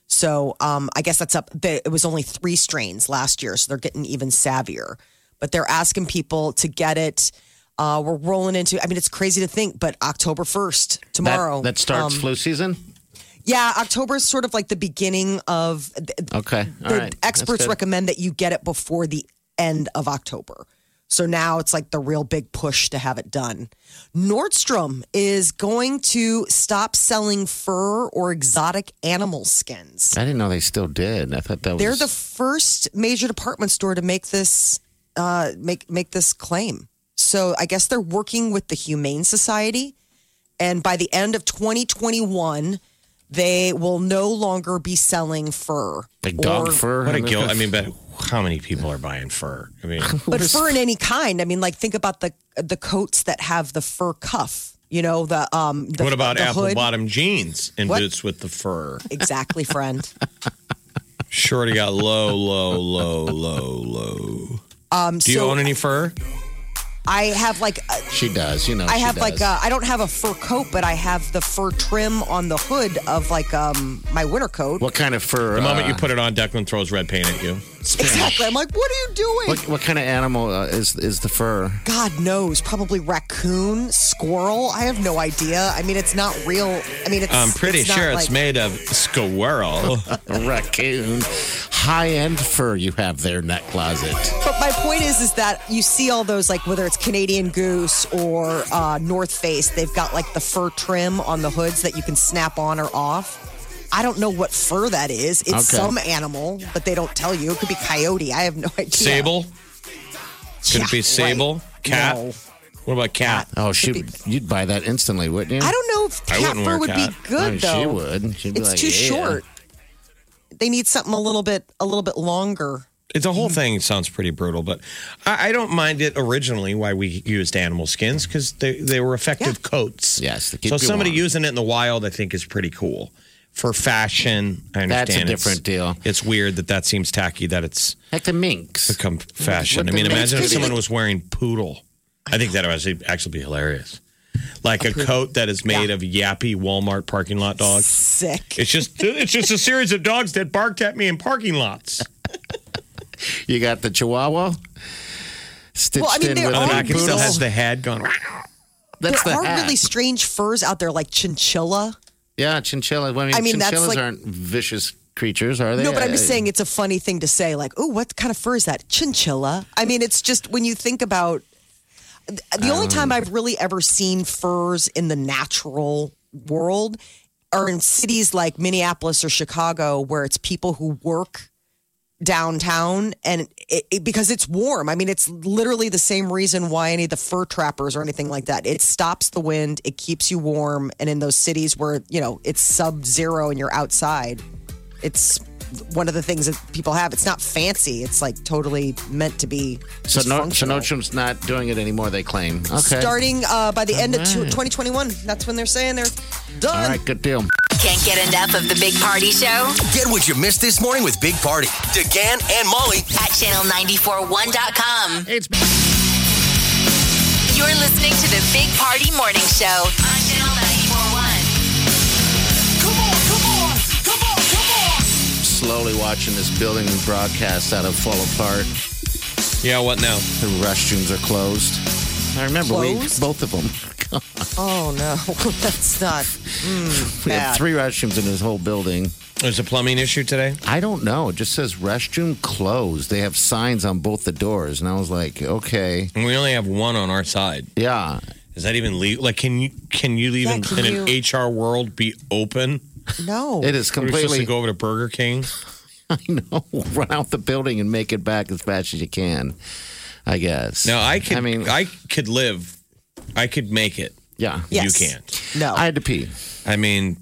Speaker 4: So um, I guess that's up. They, it was only three strains last year, so they're getting even savvier. But they're asking people to get it. Uh, we're rolling into. I mean, it's crazy to think, but October first
Speaker 2: that,
Speaker 4: tomorrow.
Speaker 2: that starts
Speaker 4: um,
Speaker 2: flu season.
Speaker 4: Yeah, October is sort of like the beginning of. The,
Speaker 2: Okay, all
Speaker 4: the
Speaker 2: right. That's
Speaker 4: experts
Speaker 2: good.
Speaker 4: recommend that you get it before the end of October. So now it's like the real big push to have it done. Nordstrom is going to stop selling fur or exotic animal skins.
Speaker 2: I didn't know they still did. I thought that
Speaker 4: They're
Speaker 2: was
Speaker 4: the first major department store to make this uh, make make this claim. So I guess they're working with the Humane Society, and by the end of 2021, they will no longer be selling fur.
Speaker 2: like dog
Speaker 4: Or-
Speaker 2: fur.
Speaker 3: What a guilt. I mean, but how many people are buying fur?
Speaker 2: [LAUGHS]
Speaker 3: I mean,
Speaker 4: but fur in any kind. I mean, like think about the the coats that have the fur cuff. You know the um. The,
Speaker 3: what about
Speaker 4: the
Speaker 3: apple
Speaker 4: hood.
Speaker 3: bottom jeans and
Speaker 4: What?
Speaker 3: boots with the fur?
Speaker 4: Exactly,
Speaker 3: [LAUGHS]
Speaker 4: friend.
Speaker 3: Shorty got low, low, low, low, low.
Speaker 4: Um,
Speaker 3: Do you
Speaker 4: so
Speaker 3: own any fur?
Speaker 4: I have like uh, a-
Speaker 2: she does. You know, Oh,
Speaker 4: I
Speaker 2: she
Speaker 4: have like
Speaker 2: does.
Speaker 4: uh, I don't have a fur coat, but I have the fur trim on the hood of like um my winter coat.
Speaker 2: What kind of fur? uh,
Speaker 3: The moment you put it on, Declan throws red paint at you.
Speaker 4: Exactly. I'm like, what are you doing?
Speaker 2: What, what kind of animal uh, is is the fur?
Speaker 4: God knows, probably raccoon, squirrel. I have no idea. I mean, it's not real. I mean, it's.
Speaker 3: I'm pretty
Speaker 4: it's not
Speaker 3: sure
Speaker 4: like,
Speaker 3: it's made of squirrel.
Speaker 2: A raccoon. High end fur you have there in that closet.
Speaker 4: But my point is, is that you see all those like whether it's Canadian Goose or uh, North Face, they've got like the fur trim on the hoods that you can snap on or off. I don't know what fur that is. It's
Speaker 2: Okay.
Speaker 4: some animal, but they don't tell you. It could be coyote. I have no [LAUGHS] idea.
Speaker 3: Sable? Could it
Speaker 4: Yeah,
Speaker 3: be sable?
Speaker 4: right.
Speaker 3: Cat?
Speaker 4: No.
Speaker 3: What about cat?
Speaker 2: Oh, she you'd buy that instantly, wouldn't you?
Speaker 4: I don't know if
Speaker 3: I
Speaker 4: cat
Speaker 3: wouldn't
Speaker 4: fur
Speaker 3: wear
Speaker 4: would
Speaker 3: cat.
Speaker 4: be good
Speaker 2: I mean,
Speaker 4: though.
Speaker 2: She would. She'd be
Speaker 4: It's
Speaker 2: like,
Speaker 4: too
Speaker 2: "Yeah."
Speaker 4: short. They need something a little bit a little bit longer.
Speaker 3: It's a whole thing. sounds pretty brutal, but I, I don't mind it originally why we used animal skins because they, they were effective coats.
Speaker 2: Yes, they keep
Speaker 3: So
Speaker 2: you
Speaker 3: somebody
Speaker 2: warm.
Speaker 3: using it in the wild, I think, is pretty cool. For fashion, I understand.
Speaker 2: That's a
Speaker 3: it's-
Speaker 2: different deal.
Speaker 3: It's weird that that seems tacky that it's
Speaker 2: Like the minx.
Speaker 3: become fashion. I
Speaker 2: What
Speaker 3: mean,
Speaker 2: the-
Speaker 3: imagine if
Speaker 2: It's 'cause
Speaker 3: someone was wearing poodle. I think that would actually, actually be hilarious. Like a coat that is made of yappy Walmart parking lot dogs.
Speaker 4: Sick.
Speaker 3: It's just it's just a series of dogs that barked at me in parking lots.
Speaker 2: You got the Chihuahua stitched
Speaker 4: Well, I mean,
Speaker 2: in
Speaker 4: there
Speaker 2: with
Speaker 4: are
Speaker 3: And
Speaker 2: a
Speaker 3: I can
Speaker 2: poodle.
Speaker 3: still has the head going.
Speaker 2: That's
Speaker 4: there
Speaker 2: the
Speaker 4: are
Speaker 2: hat.
Speaker 4: really strange furs out there, like chinchilla.
Speaker 2: yeah, chinchilla. Well, I mean,
Speaker 4: I mean, that's
Speaker 2: chinchillas
Speaker 4: like-
Speaker 2: around aren't vicious creatures, are they? Uh,
Speaker 4: No, but I'm just
Speaker 2: I-
Speaker 4: saying it's a funny thing to say. Like, oh, what kind of fur is that? Chinchilla. I mean, it's just when you think about the only time I've really ever seen furs in the natural world are in cities like Minneapolis or Chicago, where it's people who work downtown and it, it, because it's warm. I mean, it's literally the same reason why any of the fur trappers or anything like that. It stops the wind, it keeps you warm. And in those cities where, you know, it's sub zero and you're outside, it's one of the things that people have. It's not fancy, it's like totally meant to be.
Speaker 2: So,
Speaker 4: just
Speaker 2: no, so
Speaker 4: functional.
Speaker 2: Nochum's not doing it anymore, they claim. Okay.
Speaker 4: Starting uh, by the end of two- 2021. That's when they're saying they're done.
Speaker 2: All right, good deal.
Speaker 1: Can't get enough of the Big Party Show
Speaker 5: Get what you missed this morning with Big Party, DeGan and Molly.
Speaker 1: at channel941.com.
Speaker 2: It's
Speaker 1: You're listening to the Big Party Morning Show on Channel 941.
Speaker 2: slowly watching this building we broadcast out of fall apart.
Speaker 3: Yeah, what now?
Speaker 2: The restrooms are closed. I remember
Speaker 4: Closed?
Speaker 2: we both of them. [LAUGHS]
Speaker 4: Oh, no. [LAUGHS] That's not. hmm,
Speaker 2: We had
Speaker 4: Bad.
Speaker 2: three restrooms in this whole building.
Speaker 3: There's a plumbing issue today.
Speaker 2: I don't know. It just says restroom closed. They have signs on both the doors, and I was like, okay,
Speaker 3: And we only have one on our side.
Speaker 2: yeah.
Speaker 3: Is that even legal? Like, can you can you even
Speaker 4: Yeah, can
Speaker 3: in
Speaker 4: you-
Speaker 3: an HR world be open?
Speaker 4: No.
Speaker 2: It is
Speaker 3: We're supposed to
Speaker 2: completely.
Speaker 3: go over to Burger King.
Speaker 2: [LAUGHS] I know. Run out the building and make it back as fast as you can. I guess.
Speaker 3: No, I could.
Speaker 2: I mean,
Speaker 3: I could live. I could make it.
Speaker 2: yeah.
Speaker 4: Yes.
Speaker 3: You can't.
Speaker 4: No.
Speaker 2: I had to pee.
Speaker 3: I mean,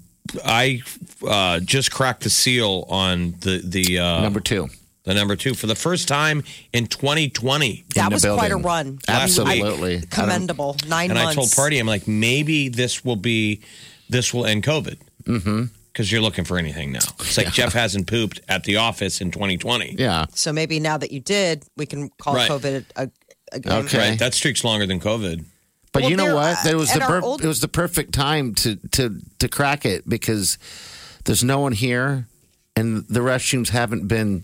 Speaker 3: I uh, just cracked the seal on the the uh,
Speaker 2: Number two.
Speaker 3: the number two for the first time in 2020.
Speaker 4: that
Speaker 2: the
Speaker 4: was quite a
Speaker 2: building.
Speaker 4: run.
Speaker 2: Absolutely. I don't-
Speaker 4: Commendable. Nine
Speaker 3: and
Speaker 4: months.
Speaker 3: I told Party, I'm like, maybe this will be, this will end COVID. Mm-hmm. Because you're looking for anything now. It's like Jeff hasn't pooped at the office in 2020.
Speaker 2: Yeah.
Speaker 4: So maybe now that you did, we can call
Speaker 3: Right.
Speaker 4: COVID a, a game.
Speaker 2: Okay.
Speaker 3: Right. That streak's longer than COVID.
Speaker 2: But
Speaker 4: Well,
Speaker 2: you know
Speaker 4: there-
Speaker 2: what? It was
Speaker 4: at
Speaker 2: the
Speaker 4: our
Speaker 2: per-
Speaker 4: old-
Speaker 2: it was the perfect time to to to crack it because there's no one here, and the restrooms haven't been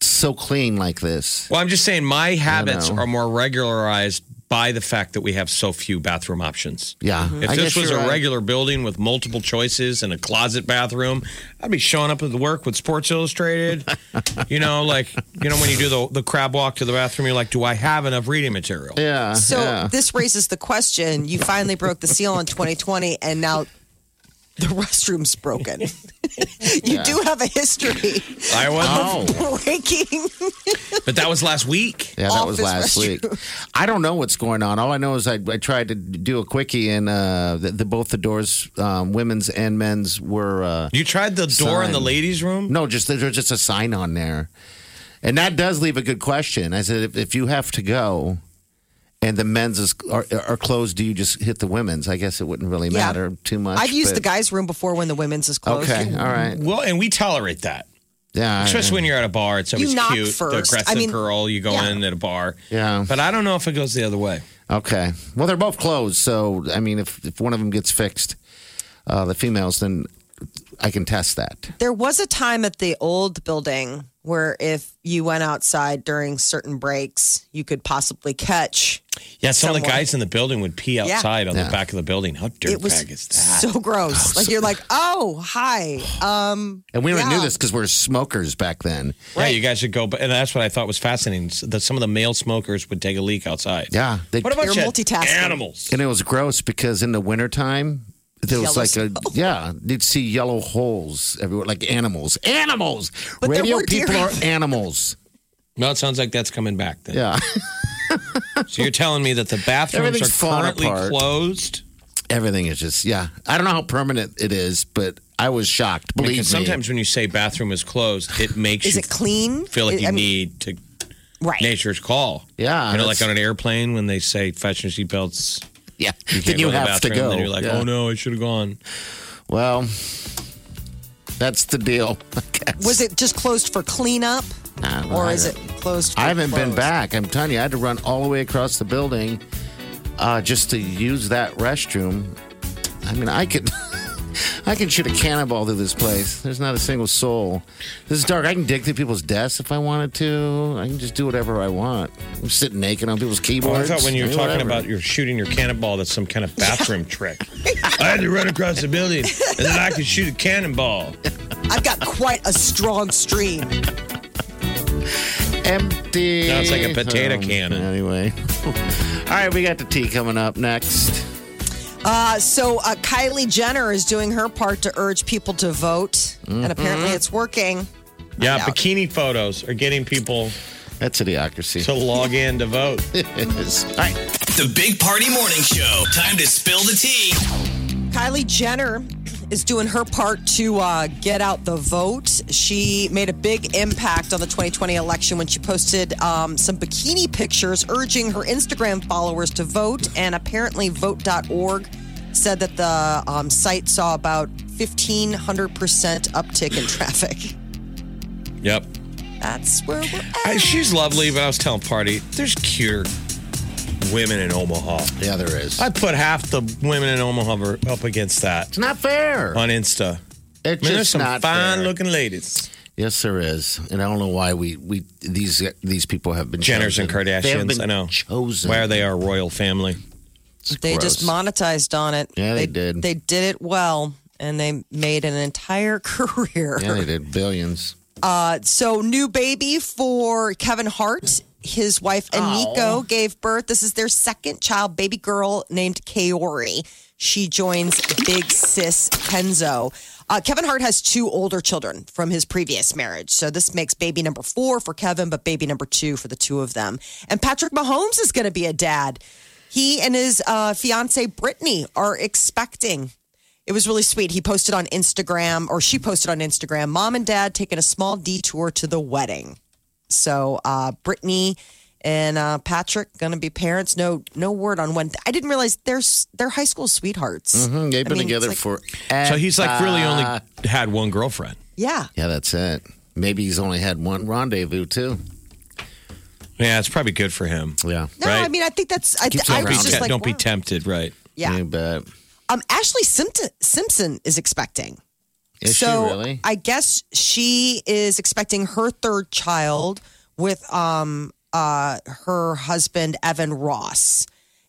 Speaker 2: so clean like this.
Speaker 3: Well, I'm just saying my habits
Speaker 2: know.
Speaker 3: are more regularized by the fact that we have so few bathroom options.
Speaker 2: Yeah,
Speaker 4: Mm-hmm.
Speaker 2: Mm-hmm.
Speaker 3: If
Speaker 2: I
Speaker 3: this
Speaker 2: guess
Speaker 3: was a
Speaker 2: you're right.
Speaker 3: regular building with multiple choices and a closet bathroom, I'd be showing up at the work with
Speaker 2: [LAUGHS]
Speaker 3: Sports Illustrated. you know, like you know when you do the the crab walk to the bathroom, you're like, do I have enough reading material?
Speaker 2: yeah,
Speaker 4: [LAUGHS] So
Speaker 2: yeah.
Speaker 4: this raises the question you finally broke the seal in 2020, and now the restroom's broken. [LAUGHS] you do have a history
Speaker 3: I was,
Speaker 2: Oh.
Speaker 4: [LAUGHS] breaking.
Speaker 3: but that was last week.
Speaker 2: Yeah, that was
Speaker 4: office
Speaker 2: last week. I don't know what's going on. All I know is I, I tried to do a quickie, and uh, the, the both the doors, um, women's and men's, were uh,
Speaker 3: You tried the door in the
Speaker 2: Sign.
Speaker 3: ladies' room.
Speaker 2: no, just there's just a sign on there, and that does leave a good question. I said, if, if you have to go, and the men's is, are, are closed, do you just hit the women's? I guess it wouldn't really
Speaker 4: Yeah.
Speaker 2: matter too much.
Speaker 4: I've used the
Speaker 2: but-
Speaker 4: guys' room before when the women's is closed.
Speaker 2: Okay, all right,
Speaker 3: Well, and we tolerate that,
Speaker 2: yeah,
Speaker 3: especially when you're at a bar. It's always
Speaker 4: knock
Speaker 3: cute. The
Speaker 4: first. I
Speaker 3: aggressive
Speaker 4: mean,
Speaker 3: girl, you go in at a bar.
Speaker 2: yeah.
Speaker 3: But I don't know if it goes the other way.
Speaker 2: Okay. Well, they're both closed, so I mean, if if one of them gets fixed, uh, the females, then I can test that.
Speaker 4: There was a time at the old building where if you went outside during certain breaks, you could possibly catch.
Speaker 3: Yeah, some of the
Speaker 4: Someone.
Speaker 3: guys in the building would pee outside on
Speaker 2: Yeah.
Speaker 3: the back of the building. How dirtbag
Speaker 4: It was
Speaker 3: is that?
Speaker 4: so gross. like you're like, oh, hi. Um,
Speaker 2: And we already knew
Speaker 4: Yeah.
Speaker 2: this because we are smokers back then.
Speaker 3: Yeah, you guys should go. But and that's what I thought was fascinating. s- That some of the male smokers would take a leak outside.
Speaker 2: Yeah. They,
Speaker 3: What about
Speaker 4: They're
Speaker 3: you
Speaker 4: multitasking.
Speaker 3: Animals.
Speaker 2: and it was gross because in the wintertime, there was
Speaker 4: Yellow
Speaker 2: like a yeah, you'd see yellow holes everywhere, like animals. Animals.
Speaker 4: But there
Speaker 2: Radio
Speaker 4: were deer.
Speaker 2: people are animals.
Speaker 3: No, it sounds like that's coming back. Then.
Speaker 2: Yeah. [LAUGHS]
Speaker 3: So you're telling me that the bathrooms
Speaker 2: Everything's
Speaker 3: are
Speaker 2: falling
Speaker 3: currently
Speaker 2: apart.
Speaker 3: closed?
Speaker 2: Everything is just yeah. I don't know how permanent it is, but I was shocked. Believe
Speaker 3: Because
Speaker 2: me.
Speaker 3: sometimes when you say bathroom is closed, it makes
Speaker 4: is
Speaker 3: you
Speaker 4: it clean?
Speaker 3: feel like
Speaker 4: It-
Speaker 3: you
Speaker 4: I mean,
Speaker 3: need to
Speaker 4: right.
Speaker 3: nature's call.
Speaker 2: Yeah,
Speaker 3: you know,
Speaker 2: that's-
Speaker 3: like on an airplane when they say fasten your seatbelts.
Speaker 2: yeah.
Speaker 3: You
Speaker 2: then
Speaker 3: can't
Speaker 2: you
Speaker 3: go to the
Speaker 2: have to
Speaker 3: bathroom.
Speaker 2: go.
Speaker 3: Then you're like,
Speaker 2: Yeah.
Speaker 3: oh no, I should have gone.
Speaker 2: Well, that's the deal. I guess.
Speaker 4: Was it just closed for cleanup,
Speaker 2: Nah, well,
Speaker 4: or
Speaker 2: I
Speaker 4: is it
Speaker 2: don't-
Speaker 4: closed? For
Speaker 2: I haven't been
Speaker 4: closed?
Speaker 2: back. I'm telling you, I had to run all the way across the building uh, just to use that restroom. I mean, I could, [LAUGHS] I can shoot a cannonball through this place. There's not a single soul. This is dark. I can dig through people's desks if I wanted to. I can just do whatever I want. I'm sitting naked on people's
Speaker 3: Well, I
Speaker 2: keyboards.
Speaker 3: thought when you were
Speaker 2: I mean,
Speaker 3: talking
Speaker 2: whatever.
Speaker 3: about you're shooting your cannonball, that's some kind of
Speaker 2: [LAUGHS]
Speaker 3: bathroom trick. I had to run across the building, and then I could shoot a cannonball.
Speaker 4: I've got quite a strong stream.
Speaker 2: empty.
Speaker 3: No, it's like a potato
Speaker 2: can.
Speaker 3: cannon.
Speaker 2: Anyway, [LAUGHS] all right, we got the tea coming up next.
Speaker 4: Uh, so uh, Kylie Jenner is doing her part to urge people to vote,
Speaker 2: Mm-hmm.
Speaker 4: and apparently it's working.
Speaker 3: Yeah,
Speaker 4: Yeah.
Speaker 3: bikini photos are getting people
Speaker 2: That's idiocracy.
Speaker 3: to log in to vote.
Speaker 2: [LAUGHS] it is. All right.
Speaker 5: The Big Party Morning Show. Time to spill the tea.
Speaker 4: Kylie Jenner is doing her part to uh, get out the vote. She made a big impact on the 2020 election when she posted um, some bikini pictures urging her Instagram followers to vote. And apparently, vote.org said that the um, site saw about 1,500% uptick in traffic.
Speaker 3: Yep.
Speaker 4: That's where we're at.
Speaker 3: I, she's lovely, but I was telling Party, there's cuter women in Omaha.
Speaker 2: Yeah, there is.
Speaker 3: I put half the women in Omaha are up against that
Speaker 2: It's not fair.
Speaker 3: on Insta.
Speaker 2: It's
Speaker 3: I mean, there's
Speaker 2: just
Speaker 3: some
Speaker 2: not
Speaker 3: fine
Speaker 2: fair.
Speaker 3: looking ladies.
Speaker 2: Yes, there is, and I don't know why we we these these people have been
Speaker 3: Jenners
Speaker 2: chosen.
Speaker 3: and Kardashians.
Speaker 2: They have been
Speaker 3: I know.
Speaker 2: chosen.
Speaker 3: Why are they our royal family?
Speaker 2: It's
Speaker 4: They
Speaker 2: gross.
Speaker 4: just monetized on it.
Speaker 2: Yeah, they did.
Speaker 4: They did it well, and they made an entire [LAUGHS] career.
Speaker 2: Yeah, they did billions.
Speaker 4: So, new baby for Kevin Hart. His wife Aniko gave birth. This is their second child, baby girl named Kaori. She joins big sis Kenzo. Uh, Kevin Hart has two older children from his previous marriage. So, this makes baby number four for Kevin, but baby number two for the two of them. And Patrick Mahomes is going to be a dad. He and his uh, fiance Brittany are expecting. It was really sweet. He posted on Instagram, or she posted on Instagram, mom and dad taking a small detour to the wedding. So uh, Brittany and uh, Patrick gonna be parents. No, no word on when. I didn't realize they're s- they're high school sweethearts.
Speaker 2: Mhm, They've been
Speaker 4: mean,
Speaker 2: together
Speaker 4: it's
Speaker 2: for.
Speaker 3: So he's like really only
Speaker 2: uh,
Speaker 3: had one girlfriend.
Speaker 4: Yeah,
Speaker 2: Yeah, that's it. Maybe he's only had one rendezvous too.
Speaker 3: Yeah, it's probably good for him.
Speaker 2: Yeah.
Speaker 4: no,
Speaker 3: Right.
Speaker 4: I mean I think that's. I,
Speaker 2: Keeps
Speaker 4: I
Speaker 2: it
Speaker 3: Be
Speaker 4: was
Speaker 2: around.
Speaker 4: just
Speaker 3: te-
Speaker 4: like,
Speaker 3: don't be
Speaker 4: wow.
Speaker 3: tempting, right?
Speaker 4: yeah.
Speaker 2: You bet.
Speaker 4: Um, Ashley Simpson, Simpson is expecting.
Speaker 2: Is she
Speaker 4: so
Speaker 2: really?
Speaker 4: I guess she is expecting her third child with um uh her husband Evan Ross,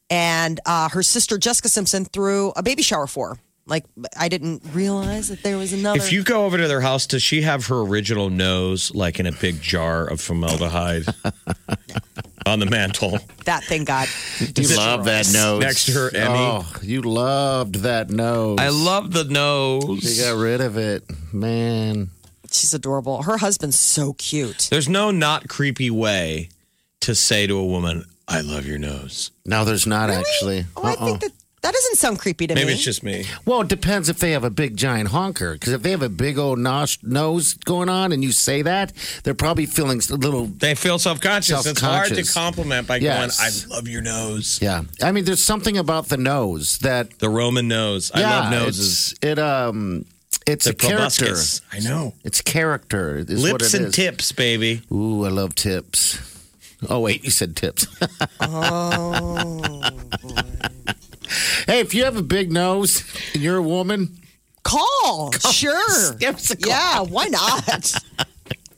Speaker 4: and uh, her sister Jessica Simpson threw a baby shower for. her. Like I didn't realize that there was another.
Speaker 3: If you go over to their house, does she have her original nose like in a big jar
Speaker 2: [LAUGHS]
Speaker 3: of formaldehyde on the mantle?
Speaker 4: that thing got
Speaker 2: You love that nose
Speaker 3: Next to her Emmy.
Speaker 2: Oh, you loved that nose.
Speaker 3: I love the
Speaker 2: You
Speaker 3: nose.
Speaker 2: got rid of it, man.
Speaker 4: she's adorable. Her husband's so cute.
Speaker 3: There's no not creepy way to say to a woman, "I love your nose."
Speaker 2: No, there's not actually.
Speaker 4: Oh, I think that that doesn't sound creepy to
Speaker 3: Maybe
Speaker 4: me.
Speaker 3: it's just me.
Speaker 2: Well, it depends if they have a big giant honker. Because if they have a big old nos- nose going on, and you say that, they're probably feeling a little.
Speaker 3: They feel self-conscious. It's hard to
Speaker 2: Self-conscious.
Speaker 3: compliment by
Speaker 2: Yes.
Speaker 3: going, "I love your nose."
Speaker 2: Yeah, I mean, there's something about the nose that.
Speaker 3: The Roman nose. I
Speaker 2: yeah,
Speaker 3: love noses.
Speaker 2: It's, it um, it's
Speaker 3: The
Speaker 2: a character.
Speaker 3: proboscis. I know.
Speaker 2: It's character. Is what
Speaker 3: Lips
Speaker 2: it
Speaker 3: and
Speaker 2: is.
Speaker 3: tips, baby.
Speaker 2: Ooh, I love tips. Oh wait, you said tips. [LAUGHS] oh.
Speaker 4: Oh.
Speaker 2: hey, if you have a big nose and you're a woman, [LAUGHS]
Speaker 3: [LAUGHS]
Speaker 4: call, sure.
Speaker 2: give [LAUGHS] us a call.
Speaker 4: Yeah, why not?
Speaker 2: [LAUGHS]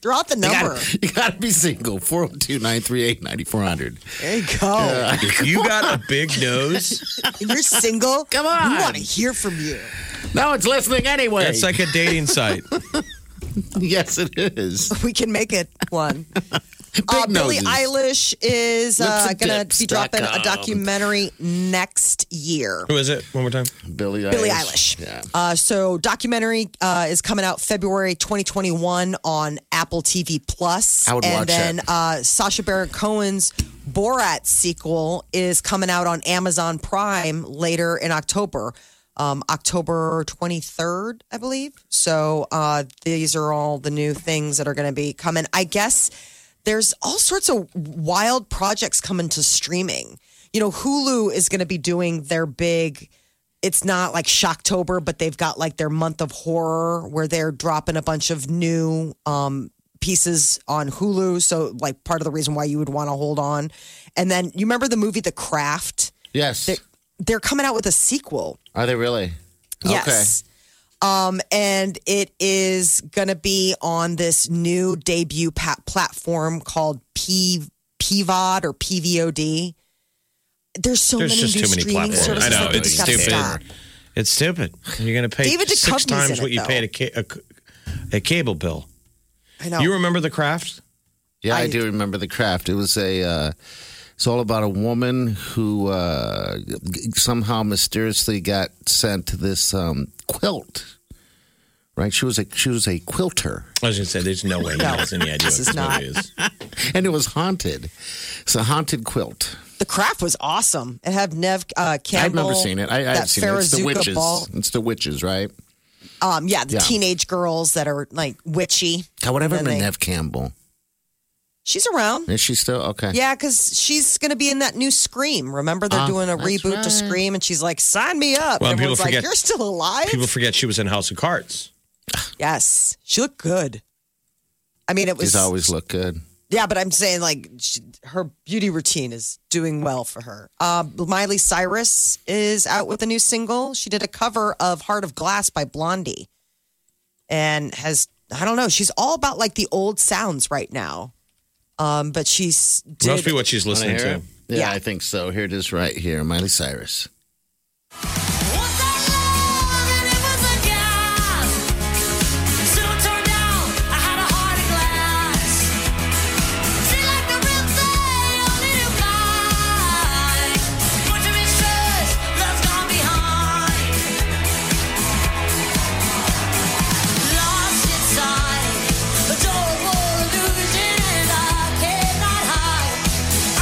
Speaker 4: Throw out the
Speaker 2: you
Speaker 4: number.
Speaker 2: gotta, [LAUGHS] you gotta be single. 402 938 9400.
Speaker 4: There you go.
Speaker 3: If you got a big [LAUGHS] nose,
Speaker 4: and you're single,
Speaker 2: [LAUGHS] Come on.
Speaker 4: we want to hear from you.
Speaker 2: No, it's listening anyway.
Speaker 3: that's like a dating site.
Speaker 2: [LAUGHS] yes, it is.
Speaker 4: We can make it one.
Speaker 2: [LAUGHS] Big
Speaker 4: Uh, Billie
Speaker 2: noses.
Speaker 4: Eilish is
Speaker 2: Lips
Speaker 4: uh,
Speaker 2: and
Speaker 4: going to
Speaker 2: dips
Speaker 4: be dropping
Speaker 2: dot com.
Speaker 4: a documentary next year.
Speaker 3: [LAUGHS] Who is it? One more time.
Speaker 2: Billie Eilish.
Speaker 4: Billie Eilish.
Speaker 2: Yeah.
Speaker 4: Uh, so documentary uh, is coming out February 2021 on Apple TV Plus.
Speaker 2: I would
Speaker 4: and
Speaker 2: watch
Speaker 4: then
Speaker 2: that.
Speaker 4: Uh, Sasha Baron Cohen's Borat sequel is coming out on Amazon Prime later in October. Um, October 23rd, I believe. So uh, these are all the new things that are going to be coming. I guess there's all sorts of wild projects coming to streaming. You know, Hulu is going to be doing their big it's not like Shocktober, but they've got like their month of horror where they're dropping a bunch of new um, pieces on Hulu. So, like, part of the reason why you would want to hold on. And then you remember the movie The Craft?
Speaker 2: Yes.
Speaker 4: They're coming out with a sequel.
Speaker 2: Are they really?
Speaker 4: Yes. Um, and it is going to be on this new debut pa- platform called P- PVOD or PVOD. There's so
Speaker 3: There's
Speaker 4: many
Speaker 3: just
Speaker 4: new
Speaker 3: too many
Speaker 4: streaming
Speaker 3: platforms.
Speaker 4: services.
Speaker 3: I know
Speaker 4: that
Speaker 3: it's
Speaker 4: just gotta
Speaker 3: stupid.
Speaker 4: stop.
Speaker 3: It's stupid. You're going to pay
Speaker 4: David
Speaker 3: six
Speaker 4: Duchovny's
Speaker 3: times
Speaker 4: in
Speaker 3: what
Speaker 4: it,
Speaker 3: you
Speaker 4: though.
Speaker 3: paid a, ca- a c- a cable bill.
Speaker 4: I know.
Speaker 3: You remember the craft?
Speaker 2: Yeah, I,
Speaker 4: I-
Speaker 2: do remember the craft. It was a. Uh, it's all about a woman who uh, g- somehow mysteriously got sent this um, quilt. Right, she was a she was a quilter,
Speaker 3: I was going to say, there's no way he
Speaker 4: No,
Speaker 3: has any idea what
Speaker 4: this is
Speaker 3: this
Speaker 4: not.
Speaker 3: movie is.
Speaker 2: and it was haunted. It's a haunted quilt.
Speaker 4: the craft was awesome. It had Nev uh,
Speaker 2: I've
Speaker 4: Campbell.
Speaker 2: never seen it. I, I
Speaker 4: that
Speaker 2: have seen it. It's the
Speaker 4: Farrah
Speaker 2: witches.
Speaker 4: Zucca
Speaker 2: It's the witches, right?
Speaker 4: ball. Um, yeah, the
Speaker 2: Yeah.
Speaker 4: teenage girls that are like witchy.
Speaker 2: God, whatever
Speaker 4: And then
Speaker 2: happened to
Speaker 4: they-
Speaker 2: Nev Campbell?
Speaker 4: She's around.
Speaker 2: Is she still okay?
Speaker 4: Yeah, because she's going to be in that new Scream. Remember, they're
Speaker 2: Ah,
Speaker 4: doing a
Speaker 2: that's
Speaker 4: reboot to
Speaker 2: right.
Speaker 4: Scream, and she's like, "Sign me up."
Speaker 3: Well,
Speaker 4: and
Speaker 3: people
Speaker 4: everyone's like,
Speaker 3: forget-
Speaker 4: "You're still alive?"
Speaker 3: People forget she was in House of Cards.
Speaker 4: yes, she looked good. I mean, it was
Speaker 2: She's always looked good.
Speaker 4: yeah, but I'm saying like she, her beauty routine is doing well for her. Uh, Miley Cyrus is out with a new single. She did a cover of "Heart of Glass" by Blondie, and has I don't know. She's all about like the old sounds right now. Um, but she's did,
Speaker 3: Must be what she's
Speaker 2: Wanna
Speaker 3: listening
Speaker 2: hear
Speaker 3: to.
Speaker 2: it? Yeah,
Speaker 4: Yeah.
Speaker 2: I think so. Here it is, right here, Miley Cyrus.
Speaker 1: Once I loved and it was a gas. Soon turned out I had a heart of glass. She liked the real thing, only to buy. Put your mistress, love's gone behind. Lost inside, adorable illusion, and I cannot hide.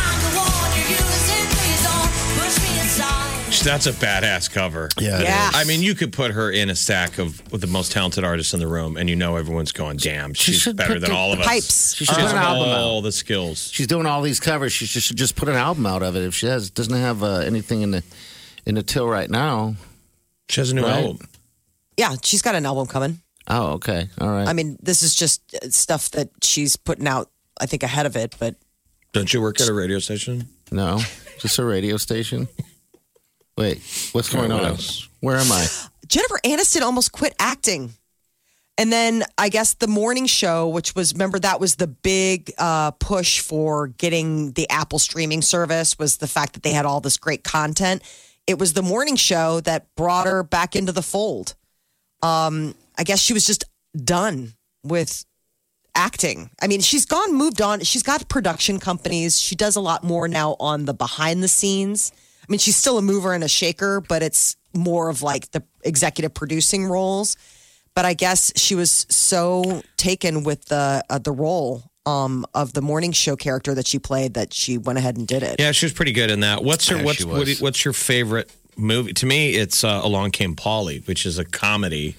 Speaker 1: I'm the one you're using, please don't push me aside.
Speaker 3: That's a badass cover.
Speaker 2: Yeah,
Speaker 4: Yeah.
Speaker 3: I mean, you could put her in a stack of with the most talented artists in the room, and you know everyone's going, "Damn, she's
Speaker 2: should
Speaker 3: better
Speaker 2: put
Speaker 3: than
Speaker 2: the-
Speaker 3: all of
Speaker 4: the
Speaker 3: us."
Speaker 4: pipes.
Speaker 2: She
Speaker 3: She
Speaker 2: should
Speaker 3: has
Speaker 2: put an album out.
Speaker 3: all the skills.
Speaker 2: She's doing all these covers. She just, should just put an album out of it. If she has doesn't have uh, anything in the in the till right now.
Speaker 3: She has a new
Speaker 2: Right.
Speaker 3: album.
Speaker 4: yeah, she's got an album coming.
Speaker 2: Oh, okay, all right.
Speaker 4: I mean, this is just uh, stuff that she's putting out, I think, ahead of it. But
Speaker 3: Don't you work at a radio station?
Speaker 2: no, just a radio station. Wait, what's going
Speaker 3: what
Speaker 2: on?
Speaker 3: else?
Speaker 2: Where am I?
Speaker 4: Jennifer Aniston almost quit acting. And then I guess the morning show, which was, remember, that was the big uh, push for getting the Apple streaming service, was the fact that they had all this great content. It was the morning show that brought her back into the fold. Um, I guess she was just done with acting. I mean, she's gone, moved on. She's got production companies. She does a lot more now on the behind the scenes. I mean, she's still a mover and a shaker, but it's more of like the executive producing roles. But I guess she was so taken with the uh, the role um, of the morning show character that she played that she went ahead and did it.
Speaker 3: Yeah, she was pretty good in that. What's her
Speaker 2: Yeah,
Speaker 3: what's
Speaker 2: she
Speaker 3: what,
Speaker 2: was.
Speaker 3: what's your favorite movie? To me, it's uh, Along Came Polly, which is a comedy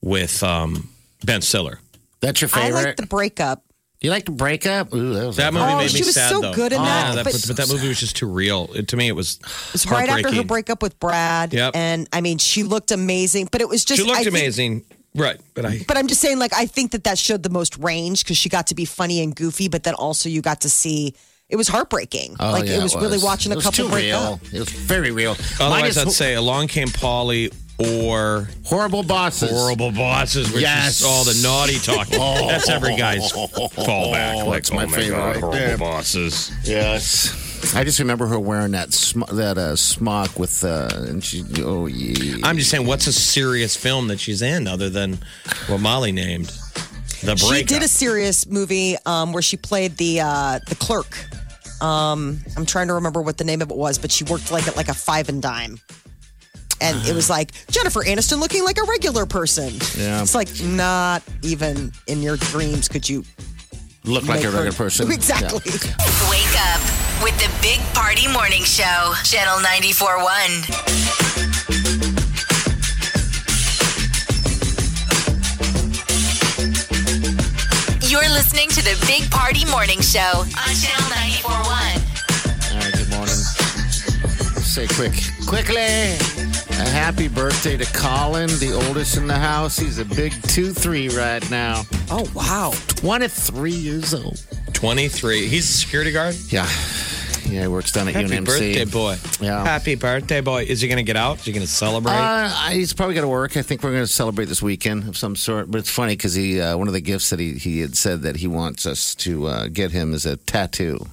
Speaker 3: with um, Ben Stiller.
Speaker 2: That's your
Speaker 4: I
Speaker 2: favorite.
Speaker 4: like the breakup.
Speaker 2: you like the breakup? Ooh, that was
Speaker 3: That movie
Speaker 4: Oh,
Speaker 3: made me
Speaker 4: she was
Speaker 3: sad
Speaker 4: so
Speaker 3: though.
Speaker 4: good in
Speaker 3: Yeah,
Speaker 4: that,
Speaker 3: that
Speaker 4: but-
Speaker 3: but, but that movie was just too real. It, to me, it was
Speaker 4: It's right after her
Speaker 3: heartbreaking.
Speaker 4: breakup with Brad.
Speaker 3: Yep.
Speaker 4: And I mean, she looked amazing, but it was just
Speaker 3: She looked
Speaker 4: I think-
Speaker 3: amazing, right? But I
Speaker 4: But I'm just saying, like, I think that that showed the most range because she got to be funny and goofy, but then also you got to see it was heartbreaking.
Speaker 2: Oh,
Speaker 4: like
Speaker 2: yeah,
Speaker 4: it was really watching
Speaker 2: It
Speaker 4: a
Speaker 2: was
Speaker 4: couple
Speaker 2: too
Speaker 4: break
Speaker 2: real.
Speaker 4: up.
Speaker 2: It was very real.
Speaker 3: otherwise
Speaker 2: Mine
Speaker 3: I'd
Speaker 2: is
Speaker 3: say Along Came Polly or
Speaker 2: horrible bosses.
Speaker 3: horrible bosses, which
Speaker 2: Yes. Oh.
Speaker 3: is all the naughty
Speaker 2: [LAUGHS]
Speaker 3: [LAUGHS] talking. That's every guy's fallback. Like,
Speaker 2: That's my
Speaker 3: oh my
Speaker 2: favorite
Speaker 3: God,
Speaker 2: right
Speaker 3: horrible
Speaker 2: there.
Speaker 3: bosses.
Speaker 2: Yes. I just remember her wearing that sm- that uh, smock with uh, and she oh yeah.
Speaker 3: I'm just saying, what's a serious film that she's in other than what Molly named? The breakup.
Speaker 4: She did a serious movie um, where she played the uh, the clerk. Um, I'm trying to remember what the name of it was, but she worked like at like a five and dime. And it was like Jennifer Aniston looking like a regular person.
Speaker 2: Yeah.
Speaker 4: It's like not even in your dreams could you
Speaker 2: look like
Speaker 4: make
Speaker 2: a
Speaker 4: her-
Speaker 2: regular person.
Speaker 4: [LAUGHS] Exactly.
Speaker 2: Yeah.
Speaker 1: Wake up with the Big Party Morning Show, Channel 94.1. You're listening to the Big Party Morning Show on Channel 94.1.
Speaker 2: All right. Good morning. Say quick, quickly. A happy birthday to Colin, the oldest in the house. He's a big two three right now.
Speaker 4: Oh wow.
Speaker 2: Twenty three years old.
Speaker 3: 23. He's a security guard.
Speaker 2: Yeah. Yeah, he works down at
Speaker 3: Happy
Speaker 2: UNMC.
Speaker 3: birthday, boy.
Speaker 2: Yeah.
Speaker 3: Happy birthday, boy. Is he going to get out? Is he going to celebrate?
Speaker 2: Uh, he's probably going to work. I think we're going to celebrate this weekend of some sort. But it's funny because he uh, one of the gifts that he, he had said that he wants us to uh, get him is a tattoo.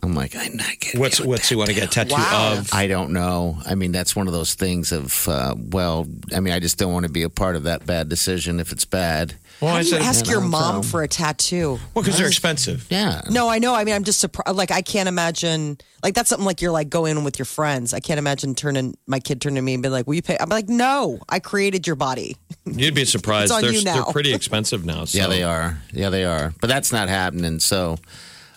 Speaker 2: I'm like, I'm not getting.
Speaker 3: what's
Speaker 2: you a
Speaker 3: what's he want to get a tattoo
Speaker 4: Wow.
Speaker 3: of?
Speaker 2: I don't know. I mean, that's one of those things of uh, well, I mean, I just don't want to be a part of that bad decision if it's bad.
Speaker 4: How do you
Speaker 3: well,
Speaker 4: ask your
Speaker 2: know,
Speaker 4: mom
Speaker 2: so-
Speaker 4: for a tattoo?
Speaker 3: because they're expensive.
Speaker 2: Yeah.
Speaker 4: No, I know. I mean, I'm just surprised. Like, I can't imagine. Like, that's something like you're like go in with your friends. I can't imagine turning my kid turning to me and be like, "Will you pay?" I'm like, "No, I created your body."
Speaker 3: You'd be surprised.
Speaker 4: It's on
Speaker 3: they're,
Speaker 4: you now.
Speaker 3: they're pretty expensive now. So.
Speaker 2: Yeah, they are. Yeah, they are. But that's not happening. So,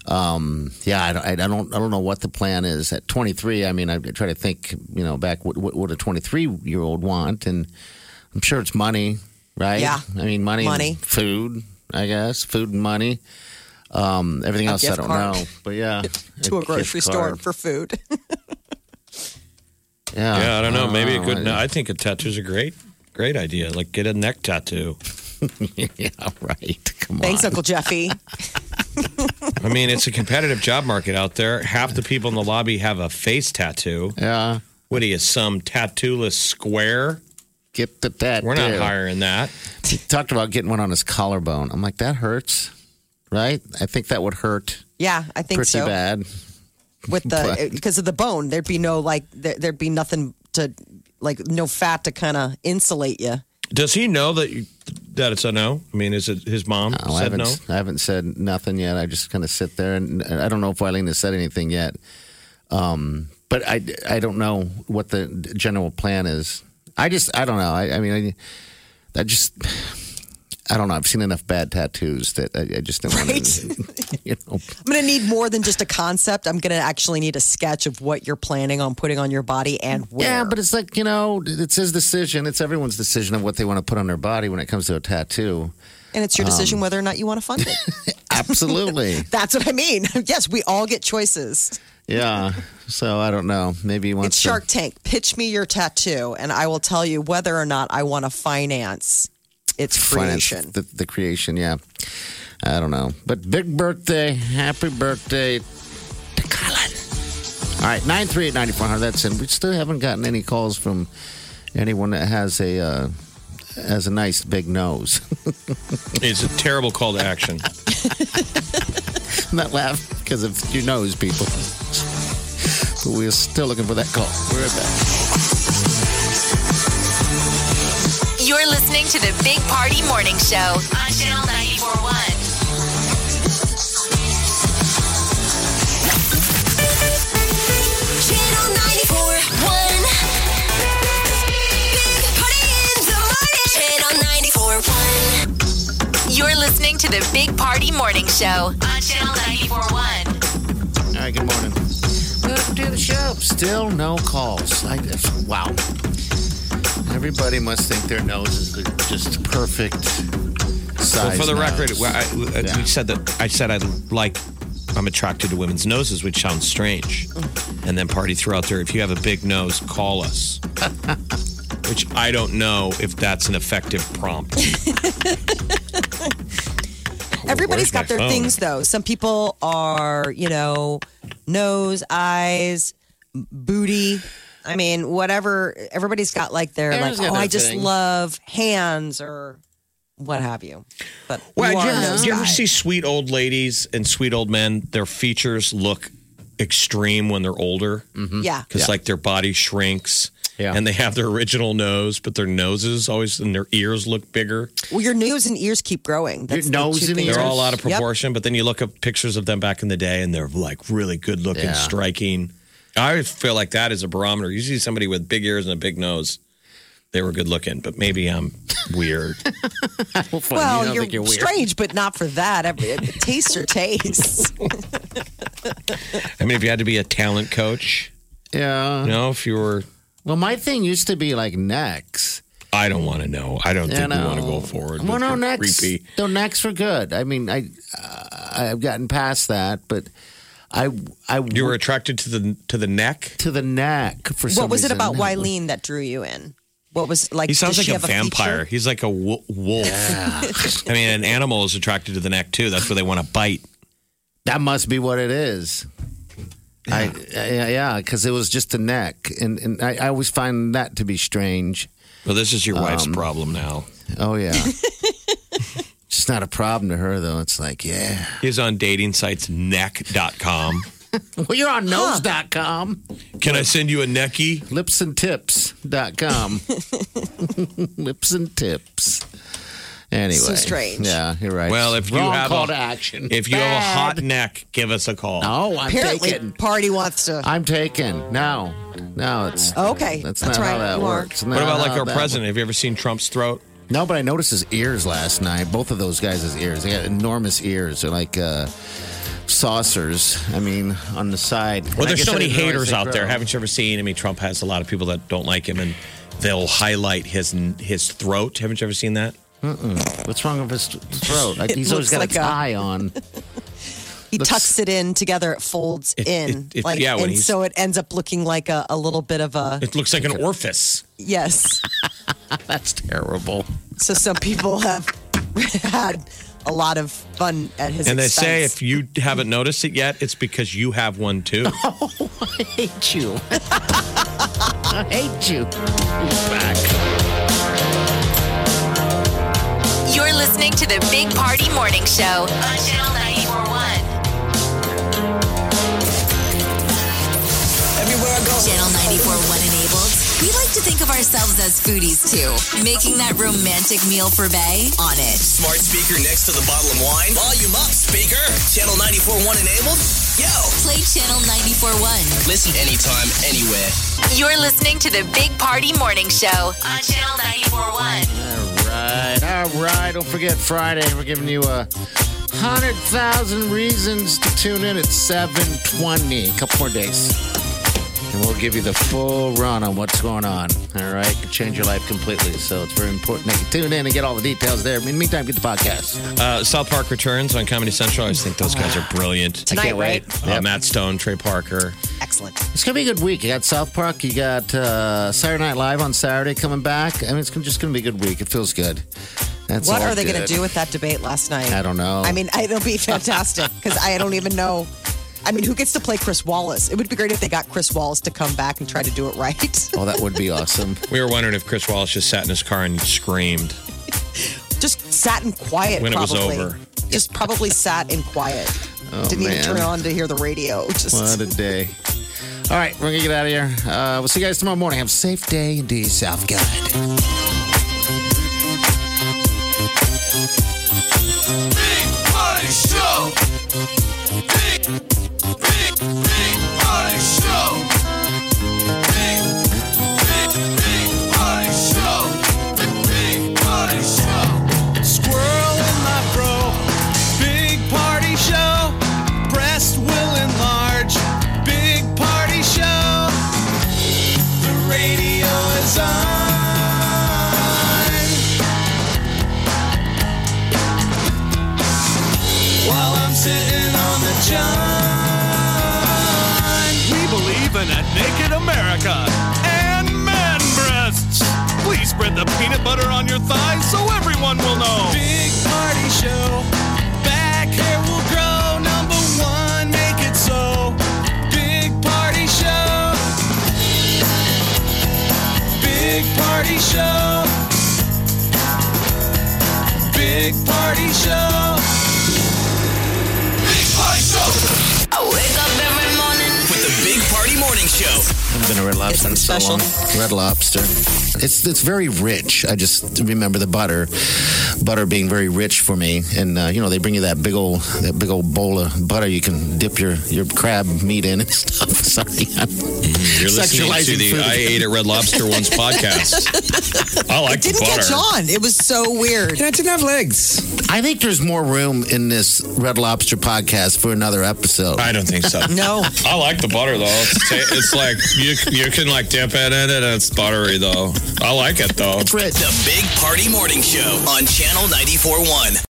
Speaker 2: um, yeah, I don't, I don't, I don't know what the plan is at 23. I mean, I try to think, you know, back what what would a 23 year old want, and I'm sure it's money, right?
Speaker 4: Yeah.
Speaker 2: I mean, money, and
Speaker 4: Money.
Speaker 2: food, I guess, food and money. Um, everything
Speaker 4: A
Speaker 2: else, I
Speaker 4: gift
Speaker 2: don't
Speaker 4: card.
Speaker 2: know. But yeah,
Speaker 4: [LAUGHS] to a grocery
Speaker 2: gift
Speaker 4: store
Speaker 2: card.
Speaker 4: for food. [LAUGHS]
Speaker 2: yeah,
Speaker 3: Yeah, I don't know. Maybe a
Speaker 4: Oh,
Speaker 2: Uh,
Speaker 3: good. No, I think a tattoo's a great, great idea. Like get a neck tattoo.
Speaker 2: [LAUGHS] yeah, right. Come
Speaker 4: Thanks,
Speaker 2: on.
Speaker 4: Uncle Jeffy.
Speaker 3: I mean, it's a competitive job market out there. Half the people in the lobby have a face tattoo.
Speaker 2: Yeah,
Speaker 3: What are you, some tattooless square?
Speaker 2: get the that.
Speaker 3: We're not
Speaker 2: too.
Speaker 3: hiring that.
Speaker 2: He talked about getting one on his collarbone. I'm like, that hurts, right? I think that would hurt
Speaker 4: Yeah, I think
Speaker 2: pretty
Speaker 4: so.
Speaker 2: bad.
Speaker 4: With the because of the bone, there'd be no like there, there'd be nothing to like no fat to kind of insulate you.
Speaker 3: Does he know that you, that it's a no? I mean, is it his mom
Speaker 2: Oh, I
Speaker 3: said
Speaker 2: haven't,
Speaker 3: no?
Speaker 2: I haven't said nothing yet. I just kind of sit there, and I don't know if Eileen has said anything yet. Um, but I, I don't know what the general plan is. I just, I don't know. I, I mean, I, I just, I don't know. I've seen enough bad tattoos that I, I just don't want to, [LAUGHS] you
Speaker 4: [LAUGHS]
Speaker 2: know.
Speaker 4: I'm gonna need more than just a concept. I'm gonna actually need a sketch of what you're planning on putting on your body and where.
Speaker 2: Yeah, but it's like, you know, it's his decision. It's everyone's decision of what they want to put on their body when it comes to a tattoo.
Speaker 4: and it's your
Speaker 2: um,
Speaker 4: decision whether or not you want to fund it. [LAUGHS]
Speaker 2: Absolutely.
Speaker 4: That's what I mean. Yes, we all get choices.
Speaker 2: yeah. So I don't know. Maybe he wants
Speaker 4: It's
Speaker 2: to-
Speaker 4: Shark Tank. Pitch me your tattoo, and I will tell you whether or not I want to finance its
Speaker 2: finance
Speaker 4: creation.
Speaker 2: The, the creation, yeah. I don't know. But big birthday. Happy birthday to Colin. All right, 938 9400. That's in. We still haven't gotten any calls from anyone that has a. Uh, has a nice big nose. [LAUGHS]
Speaker 3: It's a terrible call to action.
Speaker 2: Not laugh because of your nose, people. But we're still looking for that call. We're right back.
Speaker 1: You're listening to the Big Party Morning Show on Channel 941. Channel 941. Big Party in the morning. Channel 941. You're listening to the Big Party Morning Show on Channel 941.
Speaker 2: All right, good morning. Welcome to the show. Still no calls. I just, wow. Everybody must think their nose is the just perfect
Speaker 3: Well,
Speaker 2: size.
Speaker 3: for the
Speaker 2: nose.
Speaker 3: record, well, I, I-
Speaker 2: Yeah.
Speaker 3: we said that I said I like I'm attracted to women's noses, which sounds strange. And then party threw out there, if you have a big nose,
Speaker 2: [LAUGHS]
Speaker 3: call us. which I don't know if that's an effective prompt. Where's
Speaker 4: Everybody's
Speaker 3: my
Speaker 4: got their
Speaker 3: phone?
Speaker 4: things though. Some people are, you know, nose, eyes, booty. I mean, whatever. Everybody's got like their
Speaker 2: Everyone's
Speaker 4: like.
Speaker 2: got
Speaker 4: Oh,
Speaker 2: their
Speaker 4: I just
Speaker 2: thing."
Speaker 4: love hands or what have you. But
Speaker 3: Well,
Speaker 4: you
Speaker 3: do
Speaker 4: are
Speaker 3: you,
Speaker 4: a
Speaker 3: ever,
Speaker 4: nose
Speaker 3: do you ever
Speaker 4: guy.
Speaker 3: see sweet old ladies and sweet old men? Their features look extreme when they're older because
Speaker 4: Mm-hmm. Yeah.
Speaker 3: like their body shrinks.
Speaker 2: Yeah.
Speaker 3: And they have their original nose, but their noses always and their ears look bigger.
Speaker 4: Well, your nose and ears keep growing. That's the
Speaker 2: nose
Speaker 4: two
Speaker 2: and
Speaker 4: things.
Speaker 2: ears?
Speaker 3: They're all out of
Speaker 4: Yep.
Speaker 3: proportion, but then you look up pictures of them back in the day and they're like really good looking,
Speaker 2: Yeah.
Speaker 3: striking. I always feel like that is a barometer. You see somebody with big ears and a big nose, they were good looking, but maybe I'm
Speaker 4: [LAUGHS]
Speaker 3: weird.
Speaker 4: Well,
Speaker 2: don't
Speaker 4: you're,
Speaker 2: think you're weird.
Speaker 4: strange, but not for that. Every, taste or
Speaker 2: [LAUGHS]
Speaker 4: taste.
Speaker 3: I mean, if you had to be a talent coach,
Speaker 2: yeah.
Speaker 4: Uh-huh.
Speaker 3: you know, if you were,
Speaker 2: Well, my thing used to be like necks.
Speaker 3: I don't want to know. I don't
Speaker 2: You
Speaker 3: think we
Speaker 2: know.
Speaker 3: want to go forward.
Speaker 2: Well,
Speaker 3: with
Speaker 2: no
Speaker 3: your
Speaker 2: necks.
Speaker 3: Creepy.
Speaker 2: No necks were good. I mean, I uh, I've gotten past that, but I I
Speaker 3: You were attracted to the to the neck.
Speaker 2: to the neck for some
Speaker 4: what was it
Speaker 2: reason.
Speaker 4: about Wileen that drew you in? What was like?
Speaker 3: He sounds like
Speaker 4: does she
Speaker 3: a
Speaker 4: have
Speaker 3: vampire.
Speaker 4: feature?
Speaker 3: He's like a wo- wolf. I mean, an animal is attracted to the neck too. That's where they want to bite.
Speaker 2: That must be what it is. I, I yeah, because it was just the neck, and and I, I always find that to be strange.
Speaker 3: Well, this is your
Speaker 4: Um.
Speaker 3: wife's problem now.
Speaker 2: Oh yeah,
Speaker 4: [LAUGHS]
Speaker 2: it's not a problem to her though. It's like yeah,
Speaker 3: He's on dating sites neck.com.
Speaker 2: well you're on nose.com,
Speaker 3: Can I send you a necky?
Speaker 4: [LAUGHS]
Speaker 2: lipsandtips.com, lips and tips. Anyway,
Speaker 4: So strange.
Speaker 2: Yeah, you're right.
Speaker 3: Well, if you
Speaker 2: Wrong
Speaker 3: have
Speaker 2: call
Speaker 3: a,
Speaker 2: to action,
Speaker 3: if you have a hot
Speaker 2: Bad.
Speaker 3: neck, give us a call.
Speaker 2: no, I'm
Speaker 4: Apparently,
Speaker 2: taken.
Speaker 4: party wants to.
Speaker 2: I'm taken. No, no, it's
Speaker 4: Okay,
Speaker 2: Uh, That's,
Speaker 4: that's
Speaker 2: not
Speaker 4: right,
Speaker 2: how that
Speaker 4: you are.
Speaker 2: works.
Speaker 3: What
Speaker 2: Not
Speaker 3: about like
Speaker 2: how
Speaker 3: our
Speaker 2: that
Speaker 3: president? Have you ever seen Trump's throat?
Speaker 2: No, but I noticed his ears last night. Both of those guys' ears. They got enormous ears. They're like uh, saucers. I mean, on the side.
Speaker 3: Well,
Speaker 2: And I
Speaker 3: there's
Speaker 2: guess
Speaker 3: so
Speaker 2: I
Speaker 3: many
Speaker 2: didn't realize
Speaker 3: haters
Speaker 2: they
Speaker 3: out there.
Speaker 2: grow.
Speaker 3: Haven't you ever seen? I mean, Trump has a lot of people that don't like him, and they'll highlight his his throat. Haven't you ever seen that?
Speaker 2: What's wrong with his throat? Like,
Speaker 4: [LAUGHS] It
Speaker 2: he's always got
Speaker 4: looks
Speaker 2: a
Speaker 4: like a-
Speaker 2: tie on.
Speaker 4: He tucks it in together. It folds
Speaker 3: It-
Speaker 4: in,
Speaker 3: it- it-
Speaker 4: like,
Speaker 3: yeah, when
Speaker 4: and
Speaker 3: he's-
Speaker 4: so it ends up looking like a, a little bit
Speaker 2: [LAUGHS]
Speaker 4: of a
Speaker 3: It looks like an orifice.
Speaker 4: yes.
Speaker 2: That's terrible.
Speaker 4: So some people have [LAUGHS] had a lot of fun at his.
Speaker 3: And they
Speaker 4: expense.
Speaker 3: say if you haven't noticed it yet, it's because you have one too.
Speaker 2: I hate you. I hate you. Back.
Speaker 1: You're listening to the Big Party Morning Show on Channel 941. Everywhere I go. Channel 941 enabled. We like to think of ourselves as foodies too. Making that romantic meal for Bay on it.
Speaker 5: Smart speaker next to the bottle of wine. Volume up, speaker. Channel 94.1 enabled. Yo.
Speaker 1: Play Channel 941.
Speaker 5: Listen anytime, anywhere.
Speaker 1: You're listening to the Big Party Morning Show on Channel 941.
Speaker 2: All right. All right. Don't forget Friday. We're giving you a hundred thousand reasons to tune in at seven twenty. A couple more days, and we'll give you the full run on what's going on. All right, could change your life completely. So it's very important that you tune in and get all the details there. In the meantime, get the podcast.
Speaker 3: Uh, South Park returns on Comedy Central. I just think those guys are brilliant.
Speaker 4: tonight, right?
Speaker 3: Uh, Matt Stone, Trey Parker.
Speaker 4: Excellent.
Speaker 2: It's gonna be a good week. You got South Park. You got uh, Saturday Night Live on Saturday coming back. I mean, it's just gonna be a good week. It feels good. That's
Speaker 4: what
Speaker 2: all
Speaker 4: are they going to
Speaker 2: good.
Speaker 4: do with that debate last night?
Speaker 2: I don't know.
Speaker 4: I mean, [LAUGHS] it'll be fantastic because I don't even know. I mean, who gets to play Chris Wallace? It would be great if they got Chris Wallace to come back and try to do it right. [LAUGHS]
Speaker 2: Oh, that would be [LAUGHS] awesome.
Speaker 3: We were wondering if Chris Wallace just sat in his car and screamed.
Speaker 4: Just sat in quiet
Speaker 3: When it was
Speaker 4: probably.
Speaker 3: over. Oh,
Speaker 4: Just probably sat in quiet. Didn't even
Speaker 2: man.
Speaker 4: turn on to hear the radio. Just
Speaker 2: What a day. All right, we're going to get out of here. Uh, we'll see you guys tomorrow morning. Have a safe day in the South Guide.
Speaker 5: Big Party Show. Big, big, big Party Show. Big, big, big Party Show. The Big Party Show. Squirrel in my bro. Big Party Show. Breast will enlarge. Big Party Show. The radio is on. while I'm sitting on the john. We believe in a naked America and man breasts. Please spread the peanut butter on your thighs so everyone will know. Big party show. Back hair will grow. Number one, make it so. Big party show. Big party show. Big party show.
Speaker 1: I wake up every morning.
Speaker 5: With the Big Party Morning Show.
Speaker 2: I've been a Red Lobster in so
Speaker 4: special.
Speaker 2: long. Red Lobster. It's it's very rich. I just remember the butter, butter being very rich for me. And uh, you know they bring you that big old that big old bowl of butter you can dip your your crab meat in and [LAUGHS] stuff. Sorry, I'm
Speaker 3: You're listening to
Speaker 2: sexualizing
Speaker 3: the
Speaker 2: food.
Speaker 3: I Ate at Red Lobster [LAUGHS] Once podcast. I like the
Speaker 4: didn't
Speaker 3: butter.
Speaker 4: catch on. It was so weird.
Speaker 8: It didn't have legs.
Speaker 2: I think there's more room in this Red Lobster podcast for another episode.
Speaker 3: I don't think so.
Speaker 4: No.
Speaker 3: I like the butter though. It's, ta- it's like you you can like dip it in it and it's buttery though. I like it though.
Speaker 2: Rich.
Speaker 5: The Big Party Morning Show on Channel 94.1.